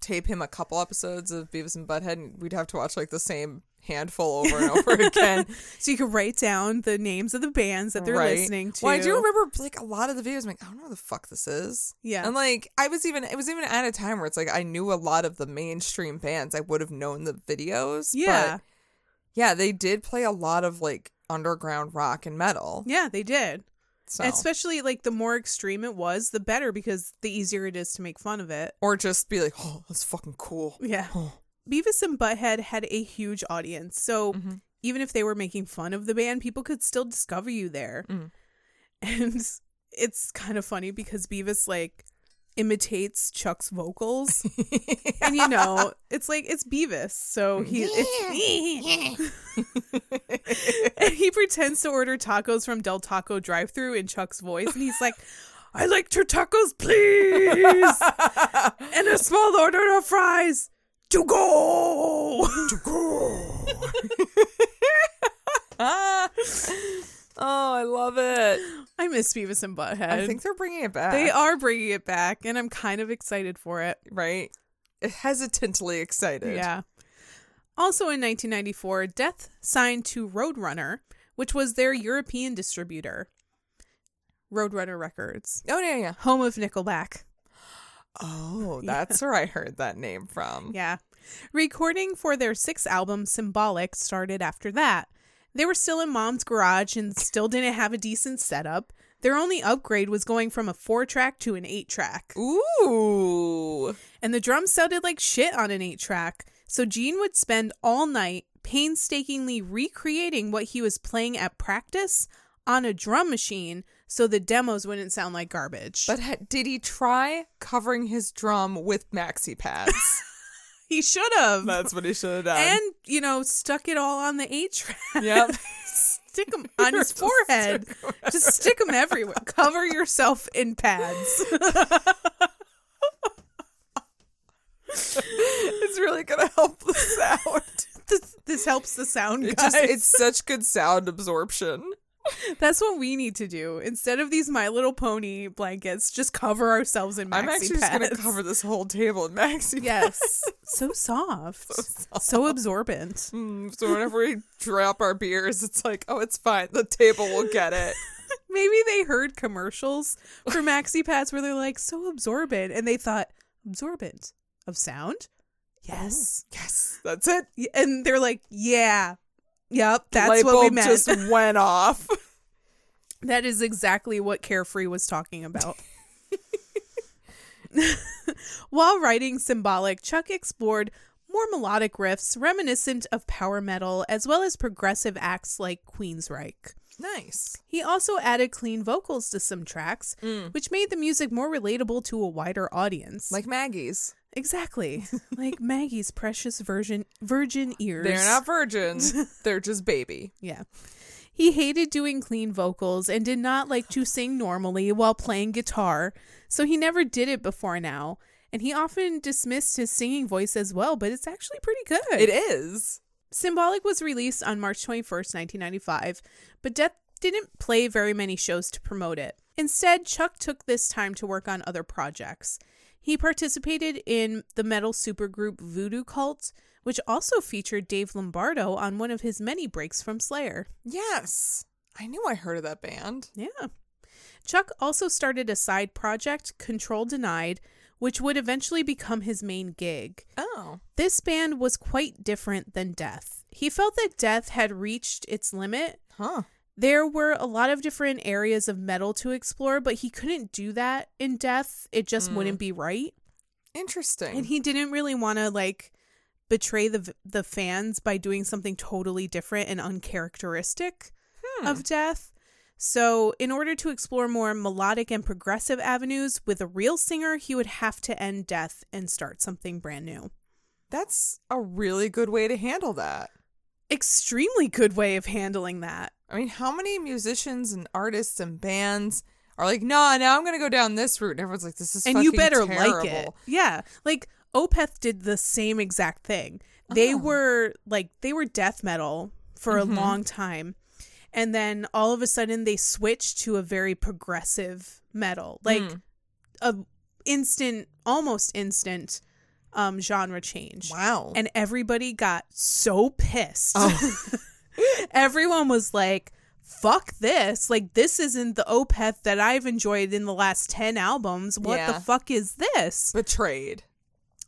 tape him a couple episodes of Beavis and Butthead, and we'd have to watch like the same handful over and over again.
So you could write down the names of the bands that they're listening to.
Well, I do remember like a lot of the videos. I'm like, I don't know what the fuck this is.
Yeah.
and like I was even it was even at a time where it's like I knew a lot of the mainstream bands. I would have known the videos.
Yeah.
but yeah, they did play a lot of like underground rock and metal.
Yeah, they did.
So.
Especially like the more extreme it was, the better because the easier it is to make fun of it.
or just be like, oh, that's fucking cool.
Yeah.
Oh.
Beavis and Butthead had a huge audience. So
Mm-hmm.
even if they were making fun of the band, people could still discover you there.
Mm.
And it's kind of funny because Beavis like imitates Chuck's vocals. and you know, it's like it's Beavis. So he it's, and he pretends to order tacos from Del Taco drive through in Chuck's voice and he's like I like two tacos, please, and a small order of fries to go.
Ah. Oh, I love it.
I miss Beavis and Butthead.
I think they're bringing it back.
they are bringing it back, and I'm kind of excited for it.
right? Hesitantly excited.
Yeah. Also in 1994, Death signed to Roadrunner, which was their European distributor. Roadrunner Records,
Oh yeah, yeah.
home of Nickelback.
Oh, that's where I heard that name from.
Yeah. Recording for their sixth album, Symbolic, started after that. They were still in mom's garage and still didn't have a decent setup. Their only upgrade was going from a four track to an eight track.
Ooh.
and the drums sounded like shit on an 8 track. So Gene would spend all night painstakingly recreating what he was playing at practice on a drum machine so the demos wouldn't sound like garbage.
But ha- did he try covering his drum with maxi pads?
he should have.
that's what he should have done.
And, you know, stuck it all on the 8 track.
yep.
Stick them on his forehead. Just stick them everywhere. Cover yourself in pads.
it's really gonna help the sound.
This, this helps the sound,
It
guys.
just it's such good sound absorption.
That's what we need to do. Instead of these My Little Pony blankets, just cover ourselves in maxi
I'm actually just
pads.
gonna cover this whole table in maxi
Yes. so soft. So, absorbent.
Mm, So whenever we drop our beers, it's like, oh, it's fine. The table will get it.
Maybe they heard commercials for maxi pads where they're like, so absorbent. And they thought, absorbent of sound?
Oh.
Yes.
yes, that's it.
Y- And they're like, yeah. Yep. That's
Light
what we
bulb
meant.
just went off.
That is exactly what Carefree was talking about. While writing Symbolic, Chuck explored more melodic riffs reminiscent of power metal as well as progressive acts like Queensryche.
Nice.
He also added clean vocals to some tracks, which made the music more relatable to a wider audience.
Like Maggie's.
exactly, like Maggie's precious virgin virgin ears.
They're not virgins. They're just baby.
Yeah. He hated doing clean vocals and did not like to sing normally while playing guitar, so he never did it before now. And he often dismissed his singing voice as well, but it's actually pretty good.
It is.
Symbolic was released on March 21st, 1995, but Death didn't play very many shows to promote it. Instead, Chuck took this time to work on other projects. He participated in the metal supergroup Voodoo Cult, which also featured Dave Lombardo on one of his many breaks from Slayer.
Yes. I knew I heard of that band.
Yeah. Chuck also started a side project, Control Denied, which would eventually become his main gig.
Oh.
This band was quite different than Death. He felt that Death had reached its limit.
Huh.
There were a lot of different areas of metal to explore, but he couldn't do that in Death. It just wouldn't be right.
Interesting.
And he didn't really want to like betray the the fans by doing something totally different and uncharacteristic of Death. So, in order to explore more melodic and progressive avenues with a real singer, he would have to end Death and start something brand new.
That's a really good way to handle that.
Extremely good way of handling that.
I mean, how many musicians and artists and bands are like, nah, now I'm gonna go down this route, and everyone's like, this is
and you
fucking
better like it.
terrible."
Yeah, like Opeth did the same exact thing. They
Oh.
were like they were death metal for
Mm-hmm.
a long time, and then all of a sudden they switched to a very progressive
Mm.
metal, like a instant, almost instant um, genre change.
Wow.
And everybody got so pissed.
Oh.
Everyone was like, fuck this. Like, this isn't the Opeth that I've enjoyed in the last 10 albums. What the
Yeah.
fuck is this?
betrayed.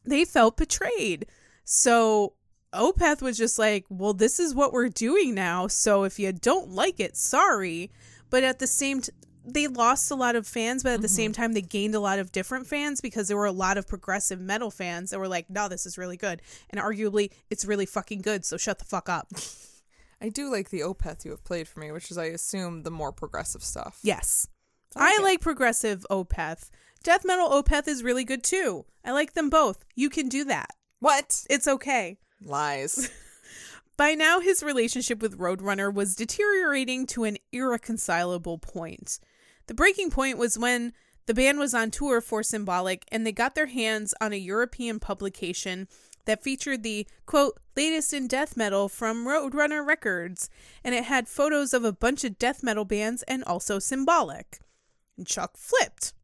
They felt betrayed. So Opeth was just like, well, this is what we're doing now. So if you don't like it, sorry. But at the same t- they lost a lot of fans, but at the same time, they gained a lot of different fans because there were a lot of progressive metal fans that were like, no, this is really good. And arguably, it's really fucking good. So shut the fuck up.
I do like the Opeth you have played for me, which is, I assume, the more progressive stuff.
Yes.
like
I
it.
like progressive Opeth. Death metal Opeth is really good too. I like them both. You can do that.
What?
It's okay.
Lies.
By now, his relationship with Roadrunner was deteriorating to an irreconcilable point. The breaking point was when the band was on tour for Symbolic and they got their hands on a European publication that featured the quote latest in death metal from Roadrunner Records and it had photos of a bunch of death metal bands and also Symbolic. And Chuck flipped.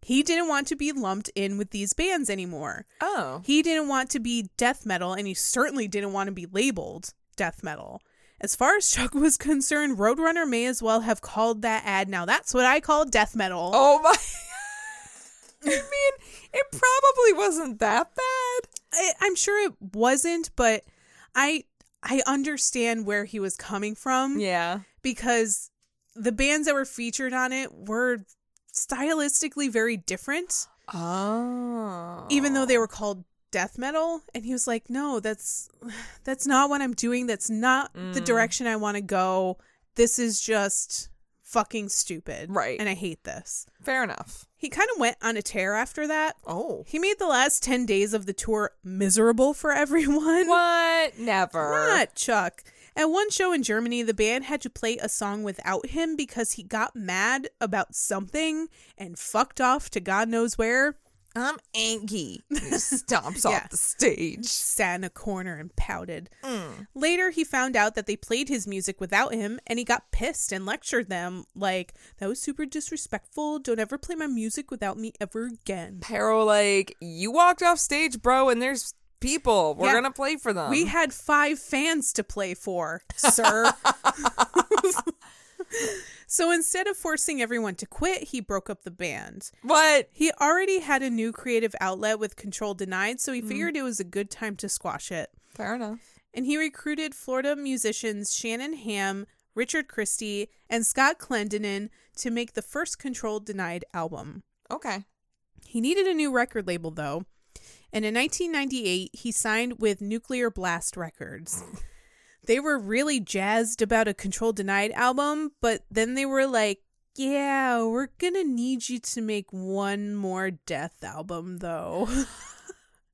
He didn't want to be lumped in with these bands anymore.
oh.
He didn't want to be death metal, and he certainly didn't want to be labeled death metal. As far as Chuck was concerned, Roadrunner may as well have called that ad. Now, that's what I call death metal.
Oh my. I mean, it probably wasn't that bad.
I, I'm sure it wasn't, but I I understand where he was coming from
Yeah.
because the bands that were featured on it were stylistically very different,
Oh.
even though they were called death metal. And he was like, "No, that's that's not what I'm doing. That's not
Mm.
the direction I want to go. This is just fucking stupid.
Right.
And I hate this.
Fair enough.
He kind of went on a tear after that.
Oh.
He made the last 10 days of the tour miserable for everyone.
What? Never.
Not Chuck. At one show in Germany, the band had to play a song without him because he got mad about something and fucked off to God knows where.
I'm Angie. Stomps
Yeah.
off the stage.
sat in a corner and pouted. Later, he found out that they played his music without him, and he got pissed and lectured them, like, that was super disrespectful. Don't ever play my music without me ever again.
Pero, like, you walked off stage, bro, and there's people. We're
Yeah.
gonna play for them.
we had five fans to play for, sir. so instead of forcing everyone to quit, he broke up the band.
what?
He already had a new creative outlet with Control Denied, so he figured it was a good time to squash it.
Fair enough.
and he recruited Florida musicians Shannon Ham, Richard Christie, and Scott Clendenin to make the first Control Denied album.
Okay.
He needed a new record label, though, and in 1998, he signed with Nuclear Blast Records. They were really jazzed about a Control Denied album, but then they were like, yeah, we're gonna need you to make one more death album though.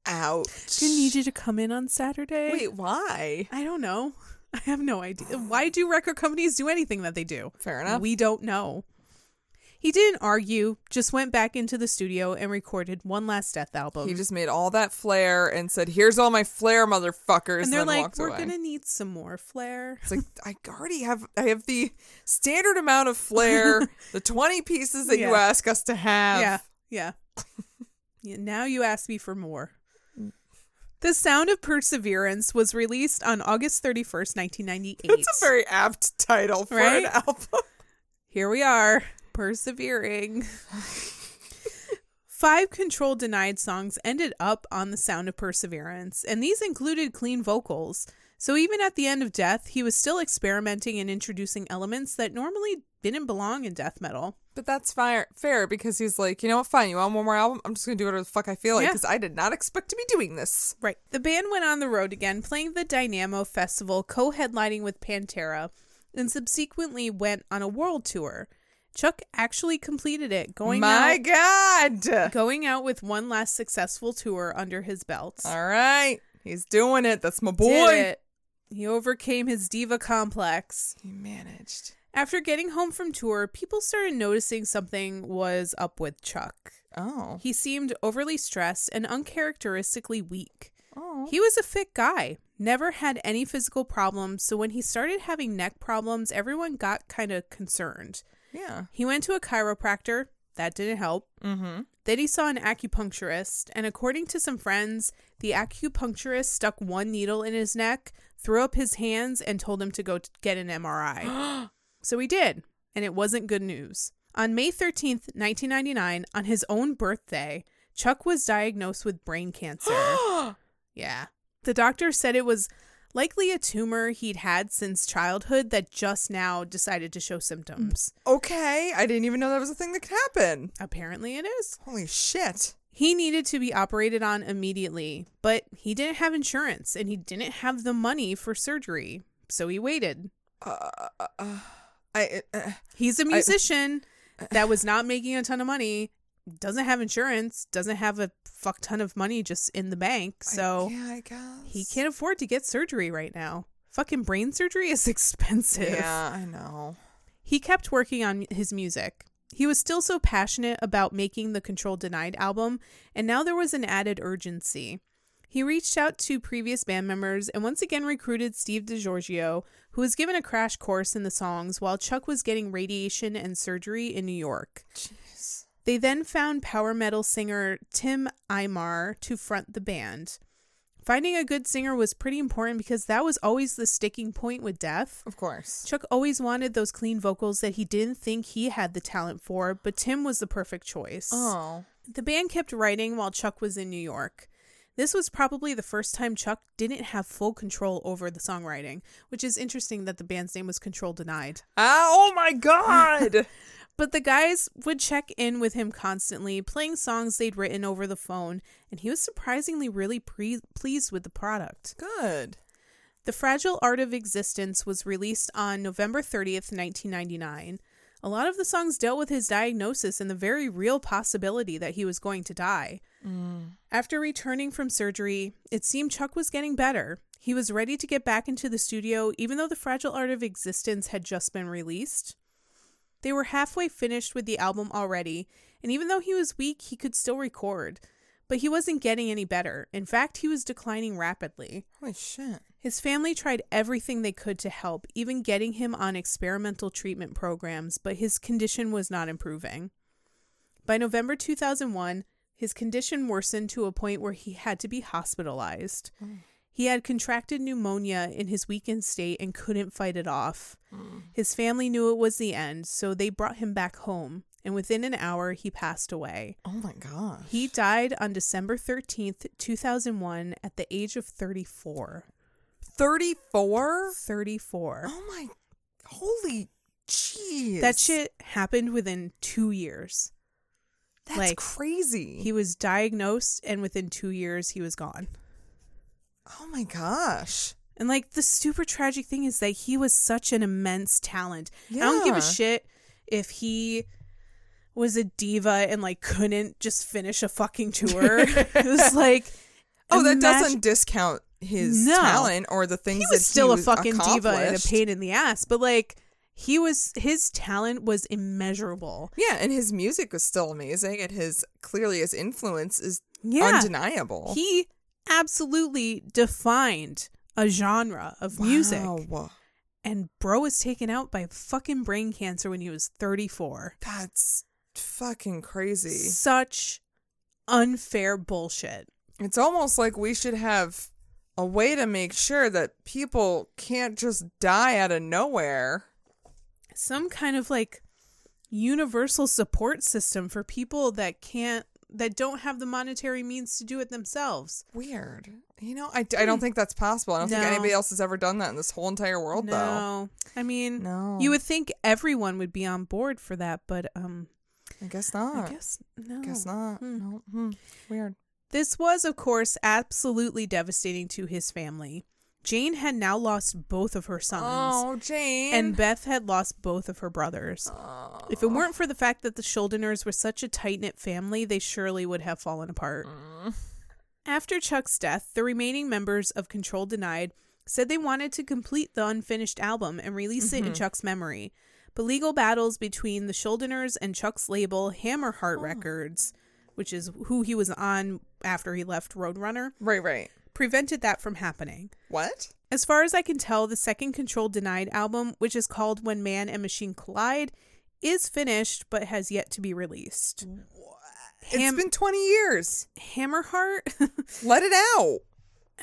Out.
gonna need you to come in on Saturday.
Wait, why?
I don't know. I have no idea. Why do record companies do anything that they do?
Fair enough.
We don't know. He didn't argue, just went back into the studio and recorded one last death album.
he just made all that flair and said, "Here's all my flair, motherfuckers."
and they're
then
like,
walked
we're
away.
going to need some more flair.
It's like I already have I have the standard amount of flair, the 20 pieces that you
Yeah.
ask us to have.
Yeah, yeah. yeah. Now you ask me for more.
Mm.
The Sound of Perseverance was released on August 31st, 1998.
It's a very apt title for
Right?
an album.
Here we are, persevering. Five Control Denied songs ended up on The Sound of Perseverance, and these included clean vocals. So even at the end of Death, he was still experimenting and introducing elements that normally didn't belong in death metal.
But that's fair, fair because he's like, you know what? Fine, you want one more album? I'm just gonna do whatever the fuck I feel like
Yeah.
because I did not expect to be doing this.
Right. The band went on the road again, playing the Dynamo Festival, co headlining with Pantera, and subsequently went on a world tour. Chuck actually completed it, going
Oh My
out,
God!
going out with one last successful tour under his belt.
All right, he's doing it. That's my
Did
boy.
it. He overcame his diva complex.
He managed.
After getting home from tour, people started noticing something was up with Chuck.
Oh,
He seemed overly stressed and uncharacteristically weak.
oh,
He was a fit guy, never had any physical problems, so when he started having neck problems, everyone got kind of concerned.
yeah.
He went to a chiropractor, that didn't help.
Mm-hmm.
Then he saw an acupuncturist, and according to some friends, the acupuncturist stuck one needle in his neck, threw up his hands, and told him to go t- get an MRI. so he did, and it wasn't good news. On May 13th, 1999, on his own birthday, Chuck was diagnosed with brain cancer. yeah. The doctor said it was likely a tumor he'd had since childhood that just now decided to show symptoms.
okay, I didn't even know that was a thing that could happen.
Apparently, it is.
Holy shit!
He needed to be operated on immediately, but he didn't have insurance and he didn't have the money for surgery, so he waited.
I uh,
He's a musician that was not making a ton of money, doesn't have insurance, doesn't have a fuck ton of money just in the bank, so
yeah, I guess
he can't afford to get surgery right now. Fucking brain surgery is expensive.
Yeah, I know.
He kept working on his music. He was still so passionate about making the Control Denied album, and now there was an added urgency. He reached out to previous band members and once again recruited Steve DiGiorgio, who was given a crash course in the songs while Chuck was getting radiation and surgery in New York.
Jeez.
They then found power metal singer Tim Imar to front the band. Finding a good singer was pretty important because that was always the sticking point with death.
Of course.
Chuck always wanted those clean vocals that he didn't think he had the talent for, but Tim was the perfect choice.
Oh.
The band kept writing while Chuck was in New York. This was probably the first time Chuck didn't have full control over the songwriting, which is interesting that the band's name was Control Denied.
Ah, oh my god.
But the guys would check in with him constantly, playing songs they'd written over the phone, and he was surprisingly really pre- pleased with the product.
Good.
The Fragile Art of Existence was released on November 30th, 1999. A lot of the songs dealt with his diagnosis and the very real possibility that he was going to die. After returning from surgery, it seemed Chuck was getting better. He was ready to get back into the studio, even though The Fragile Art of Existence had just been released. They were halfway finished with the album already, and even though he was weak, he could still record. But he wasn't getting any better. In fact, he was declining rapidly.
Holy shit.
His family tried everything they could to help, even getting him on experimental treatment programs, but his condition was not improving. By November 2001, his condition worsened to a point where he had to be hospitalized. He had contracted pneumonia in his weakened state and couldn't fight it off. His family knew it was the end, so they brought him back home, and within an hour, he passed away.
Oh my gosh.
He died on December 13th, 2001, at the age of 34.
34?
34.
Oh my holy jeez.
That shit happened within two years.
That's
like,
crazy.
He was diagnosed, and within two years, he was gone.
oh my gosh.
And like the super tragic thing is that he was such an immense talent. I don't give
Yeah.
a shit if he was a diva and like couldn't just finish a fucking tour. it was like,
Oh, that
imagine-
doesn't discount his
No.
talent or the things
he was
that
still
he
a fucking diva and a
accomplished.
pain in the ass, but like he was his talent was immeasurable.
Yeah, and his music was still amazing, and his clearly his influence is
Yeah.
undeniable.
He absolutely defined a genre of
Wow.
music. And bro was taken out by fucking brain cancer when he was 34.
That's fucking crazy.
Such unfair bullshit.
It's almost like we should have a way to make sure that people can't just die out of nowhere.
Some kind of like universal support system for people that can't that don't have the monetary means to do it themselves.
Weird. You know, I, I don't think that's possible. I don't think
No.
anybody else has ever done that in this whole entire world, though.
no. I mean,
No.
you would think everyone would be on board for that, but um
I guess not.
I guess no.
Guess not.
Hmm.
No. Hmm. Weird.
This was, of course, absolutely devastating to his family. Jane had now lost both of her sons,
Oh, Jane.
and Beth had lost both of her brothers.
Oh.
If it weren't for the fact that the Schuldiners were such a tight knit family, they surely would have fallen apart. After Chuck's death, the remaining members of Control Denied said they wanted to complete the unfinished album and release it in Chuck's memory. But legal battles between the Schuldiners and Chuck's label, Hammerheart Records, which is who he was on after he left Roadrunner,
Right, right.
prevented that from happening.
What?
As far as I can tell, the second Control Denied album, which is called When Man and Machine Collide, is finished but has yet to be released. Ham-
it's been 20 years.
Hammerheart
Let it out.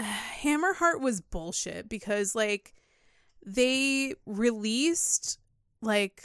Hammerheart was bullshit because like they released like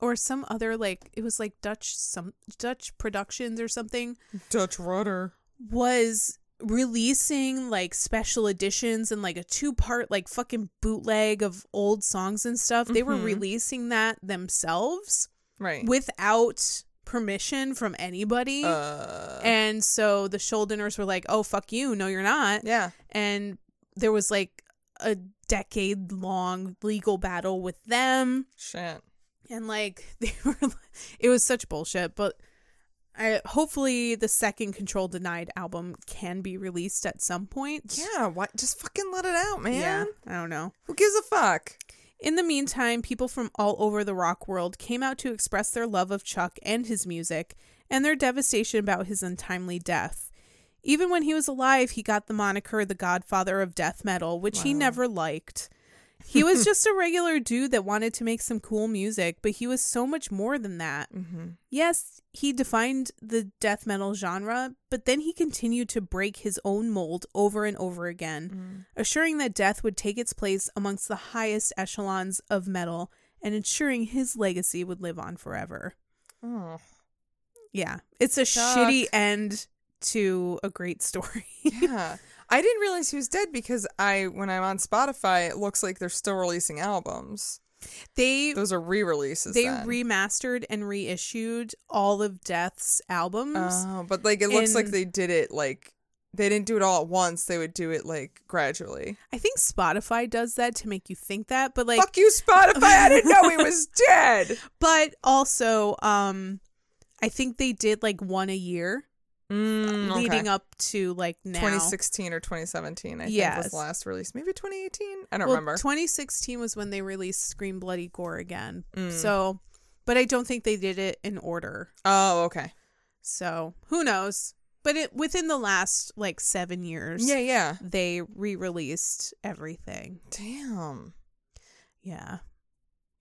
or some other like it was like Dutch some Dutch Productions or something
Dutch rudder.
was releasing like special editions and like a two part like fucking bootleg of old songs and stuff. They were
Mhm.
releasing that themselves
Right.
without permission from anybody.
uh,
and so the Schuldiners were like, "Oh fuck you, no you're not."
yeah.
And there was like a decade long legal battle with them
Shit.
and like they were it was such bullshit but I, hopefully the second control denied album can be released at some point
Yeah. What? Just fucking let it out, man.
yeah i don't know
Who gives a fuck?
in the meantime people from all over the rock world came out to express their love of chuck and his music and their devastation about his untimely death even when he was alive he got the moniker the godfather of death metal which he never liked he was just a regular dude that wanted to make some cool music but he was so much more than that
Mm-hmm.
Yes, he defined the death metal genre, but then he continued to break his own mold over and over again,
Mm.
assuring that death would take its place amongst the highest echelons of metal and ensuring his legacy would live on forever.
Oh.
Yeah, it's a
Chuck.
shitty end to a great story.
Yeah. I didn't realize he was dead because I, when I'm on Spotify, it looks like they're still releasing albums.
they
Those are re-releases.
they
then.
remastered and reissued all of Death's albums.
Oh, but like it looks like
in-
they did it like they didn't do it all at once. They would do it like gradually.
I think Spotify does that to make you think that, but like
Fuck you, Spotify! I didn't know he was dead.
but also um i think they did like one a year
Mm, okay.
leading up to like now
2016 or 2017, I think was
Yes.
the last release. Maybe 2018. I don't
Well,
remember.
2016 was when they released scream bloody gore again
Hmm. Mm.
so but i don't think they did it in order
oh, okay.
so who knows but it within the last like seven years
Yeah, yeah.
they re-released everything
Damn,
yeah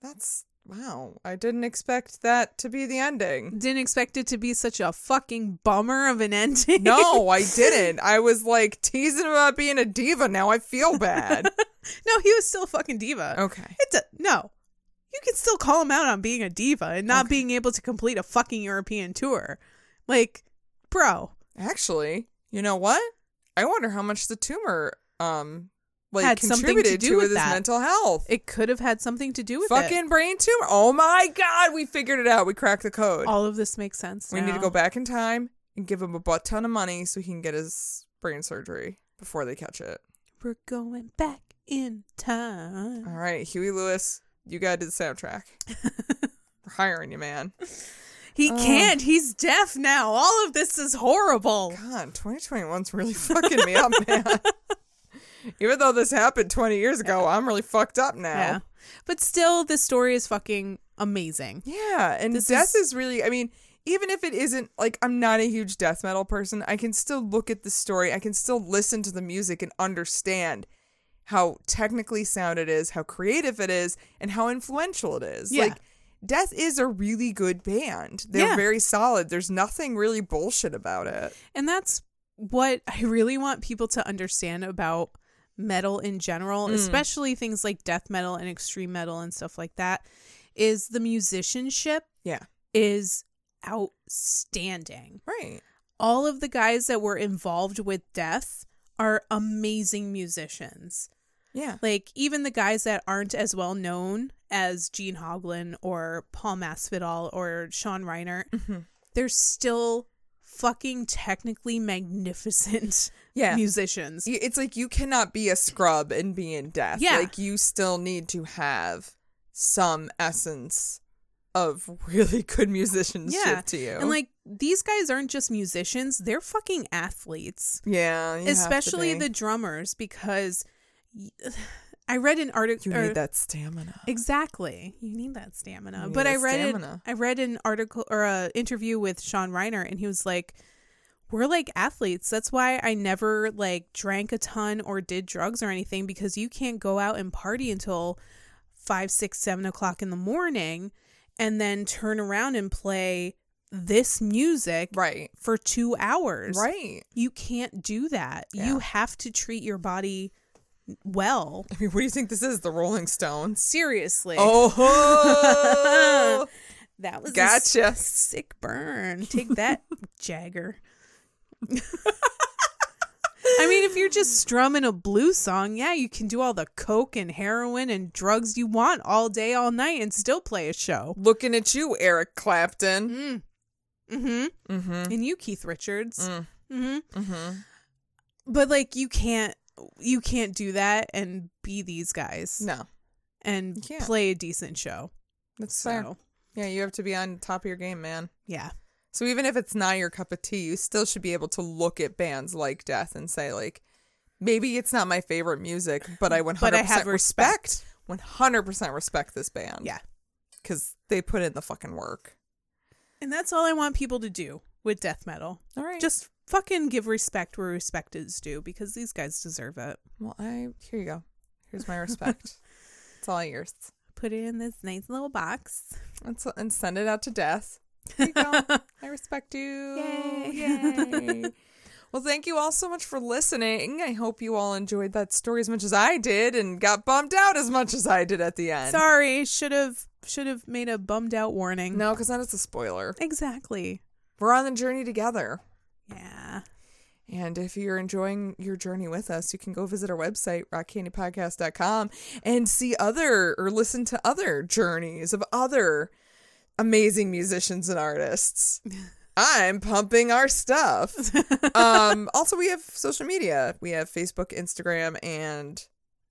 that's wow. I didn't expect that to be the ending.
didn't expect it to be such a fucking bummer of an ending
No, I didn't. I was like teasing about being a diva. Now I feel bad.
no he was still a fucking diva
Okay.
It do- no. You can still call him out on being a diva and not being able to complete a fucking European tour. Like, bro,
Actually, you know what? I wonder how much the tumor um like
Had something to
contributed
do
to,
with
his
that.
mental health.
it could have had something to do with it.
Fucking brain tumor. Oh my god, we figured it out. We cracked the code.
All of this makes sense.
we need to
now.
go back in time and give him a butt ton of money so he can get his brain surgery before they catch it.
We're going back in
All
time.
right, Huey Lewis, you gotta do the soundtrack.
Uh,
We're hiring you, man.
He can't. He's deaf now. All of this is horrible.
God, 2021's really fucking me up, man. Even though this happened 20 years ago, I'm really fucked up
Yeah.
now.
But still, this story is fucking amazing.
Yeah. and death is... really, I mean, even if it isn't like I'm not a huge death metal person, I can still look at the story. I can still listen to the music and understand how technically sound it is, how creative it is, and how influential it is.
Yeah.
Like Death is a really good band. They're
Yeah.
very solid. There's nothing really bullshit about it.
And that's what I really want people to understand about metal in general, especially things like death metal and extreme metal and stuff like that, is the musicianship
Yeah.
is outstanding.
Right.
All of the guys that were involved with death are amazing musicians.
Yeah.
Like even the guys that aren't as well known as Gene Hoglan or Paul Masvidal or Sean Reiner,
Mm-hmm.
they're still fucking technically magnificent
Yeah.
musicians.
Y- it's like you cannot be a scrub and be in death.
Yeah.
Like you still need to have some essence of really good musicianship
Yeah.
to you.
And like these guys aren't just musicians, they're fucking athletes.
yeah, you have to
Especially
be.
the drummers because y- I read an article
you need that stamina.
Exactly. You need that stamina.
You need
but
that
I read an-
stamina.
I read an article or a interview with Sean Reiner and he was like we're like athletes. That's why I never like drank a ton or did drugs or anything because you can't go out and party until five, six, seven o'clock in the morning and then turn around and play this music
Right.
for two hours.
Right.
You can't do that. You
Yeah.
have to treat your body well.
I mean, what do you think this is? The Rolling Stones.
Seriously.
Oh,
That was a s-
gotcha.
sick burn. Take that, Jagger. I mean, if you're just strumming a blues song, yeah, you can do all the coke and heroin and drugs you want all day, all night, and still play a show.
Looking at you, Eric Clapton.
Mm. hmm
Mm-hmm.
And you, Keith Richards.
Mm.
hmm
Mm-hmm.
But like, you can't, you can't do that and be these guys
No,
and
You can't.
play a decent show.
that's fair.
So,
Yeah, you have to be on top of your game, man.
yeah,
So even if it's not your cup of tea, you still should be able to look at bands like Death and say like, maybe it's not my favorite music, but I 100%
But I have
respect. 100% respect this band.
Yeah.
Cuz they put in the fucking work.
and that's all I want people to do with death metal.
All right. Just
just fucking give respect where respect is due because these guys deserve it.
well, I here you go. Here's my respect. it's all yours.
Put it in this nice little box.
And, so, and send it out to Death. Here you go. I respect you.
Yay.
Yay. Well, thank you all so much for listening. I hope you all enjoyed that story as much as I did and got bummed out as much as I did at the end.
Sorry, should have should have made a bummed out warning.
No, because then it's a spoiler.
Exactly.
We're on the journey together.
Yeah.
And if you're enjoying your journey with us, you can go visit our website, rockcandypodcast.com, and see other or listen to other journeys of other amazing musicians and artists. I'm pumping our stuff. um, also, we have social media. We have Facebook, Instagram, and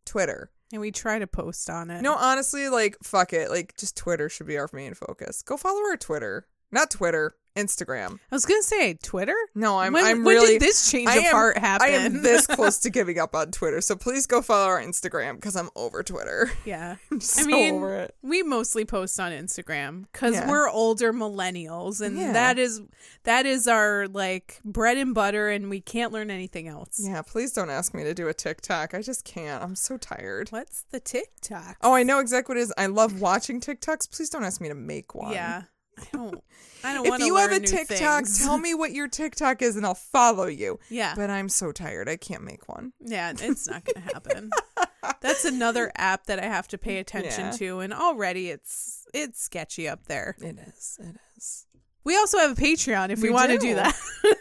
Twitter.
And we try to post on it.
No, honestly, like fuck it. Like just Twitter should be our main focus. Go follow our Twitter, not Twitter, Instagram.
I was gonna say Twitter.
No, I'm.
when,
I'm
when
really.
did this change
I
of
am-
heart happen?
I am this close to giving up on Twitter, so please go follow our Instagram because I'm over Twitter.
yeah.
I'm so
I mean,
over it.
we mostly post on Instagram because
Yeah.
we're older millennials, and
Yeah.
that is that is our like bread and butter, and we can't learn anything else.
Yeah, please don't ask me to do a TikTok. I just can't. I'm so tired.
What's the TikTok?
Oh, I know exactly what it is. I love watching TikToks. Please don't ask me to make one.
Yeah. I don't I don't
If
want to
you
learn
have a
new
TikTok,
things.
tell me what your TikTok is and I'll follow you.
Yeah.
But I'm so tired. I can't make one.
yeah, it's not going to happen. That's another app that I have to pay attention
Yeah.
to and already it's it's sketchy up there.
It is. It is.
We also have a Patreon if we,
We
want to
do.
do that.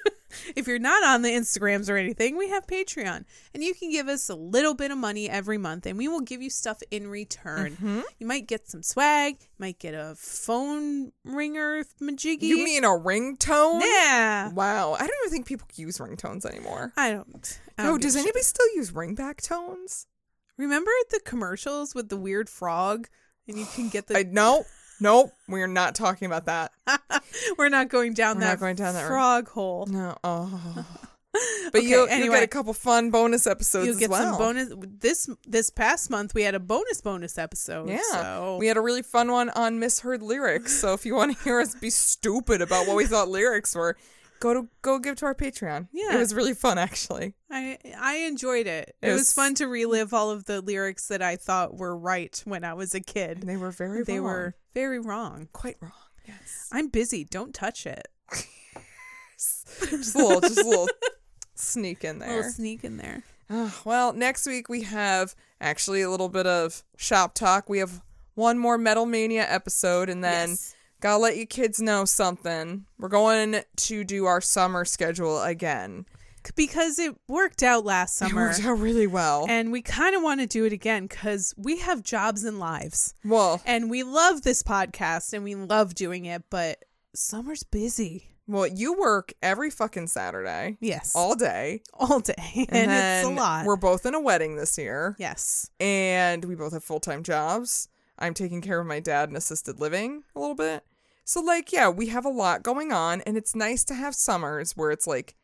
if you're not on the Instagrams or anything, we have Patreon. And you can give us a little bit of money every month and we will give you stuff in return.
Mm-hmm.
You might get some swag, you might get a phone ringer majiggy.
You mean a ringtone?
Yeah.
Wow. I don't even think people use ringtones anymore.
I don't. I
No,
don't give
Oh, does
a shit.
anybody still use ringback tones?
Remember the commercials with the weird frog? And you can get the.
I no, no, we're not talking about that.
we're not going down
We're
that
not going down that road.
frog hole.
No, oh, But you'll,
Okay,
you'll get
anyway.
a couple fun bonus episodes
You'll
as
get
well.
some bonus. This this past month we had a bonus bonus episode.
Yeah.
so-
We had a really fun one on misheard lyrics. So if you want to hear us be stupid about what we thought lyrics were, go to go give to our Patreon.
Yeah.
It was really fun actually.
I I enjoyed it. It,
It
was,
was-
fun to relive all of the lyrics that I thought were right when I was a kid.
And they were very
They
wrong.
were very wrong.
quite wrong. Yes.
I'm busy. Don't touch it.
Just a little just a little sneak in
A little
there.
sneak in there.
Ah, well, next week we have actually a little bit of shop talk. We have one more Metal Mania episode and then
Yes.
Gotta let you kids know something. We're going to do our summer schedule again.
Because it worked out last
It
summer.
worked out really well.
And we kind of want to do it again because we have jobs and lives.
well,
And we love this podcast and we love doing it, but summer's busy.
Well, you work every fucking Saturday,
Yes. All,
all day,
day. And, it's a
then
lot.
We're both in a wedding this year,
yes.
and we both have full time jobs. I'm taking care of my dad in assisted living a little bit, so like, yeah, we have a lot going on, and it's nice to have summers where it's like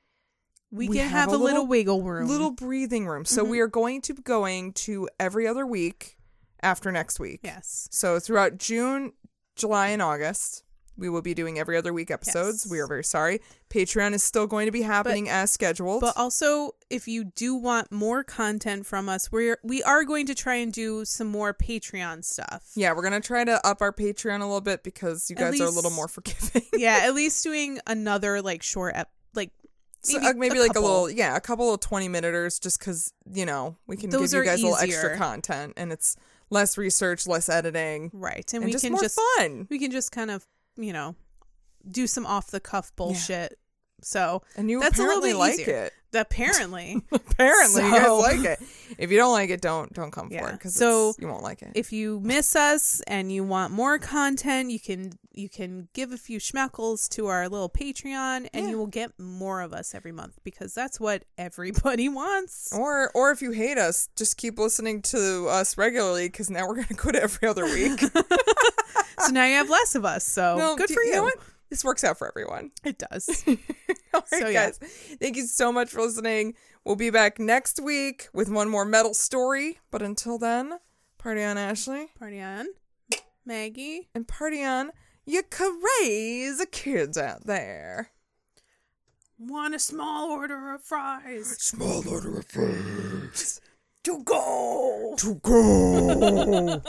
We,
We
can
have
have,
a
a little,
little-
wiggle room. Mm-hmm.
little breathing room. So we are going to be going to every other week after next week.
Yes.
So throughout June, July, and August, we will be doing every other week episodes.
Yes.
We are very sorry. Patreon is still going to be happening as scheduled.
But also, if you do want more content from us, we're we are going to try and do some more Patreon stuff.
yeah, we're gonna try to up our Patreon a little bit because you
At
guys are a little
least-
more forgiving.
Yeah, at least doing another like short ep- like
So, uh, maybe like a
couple.
little, yeah, a couple of twenty minuters, just because you know we can
Those
give
are
you guys a little extra
easier.
content, and it's less research, less editing,
right, and,
and,
we
just
can
more
just
fun.
we can just kind of you know do some off the cuff bullshit. So
And you
That's a little
apparently
bit
like
easier.
it.
apparently,
Apparently, you
So-
guys like it. If you don't like it, don't don't come for
Yeah.
it because
So,
you won't like it.
if you miss us and you want more content, you can you can give a few schmeckles to our little Patreon, and
Yeah.
you will get more of us every month because that's what everybody wants.
Or or if you hate us, just keep listening to us regularly because now we're gonna go to every other week.
so now you have less of us. So
No,
good
do-
for you.
know what? This works out for everyone.
It does.
All right,
So, yeah.
guys. Thank you so much for listening. We'll be back next week with one more metal story. But until then, party on, Ashley,
Party on, Maggie.
and party on, you crazy kids out there.
Want a small order of fries?
Small order of friends
To go.
to go.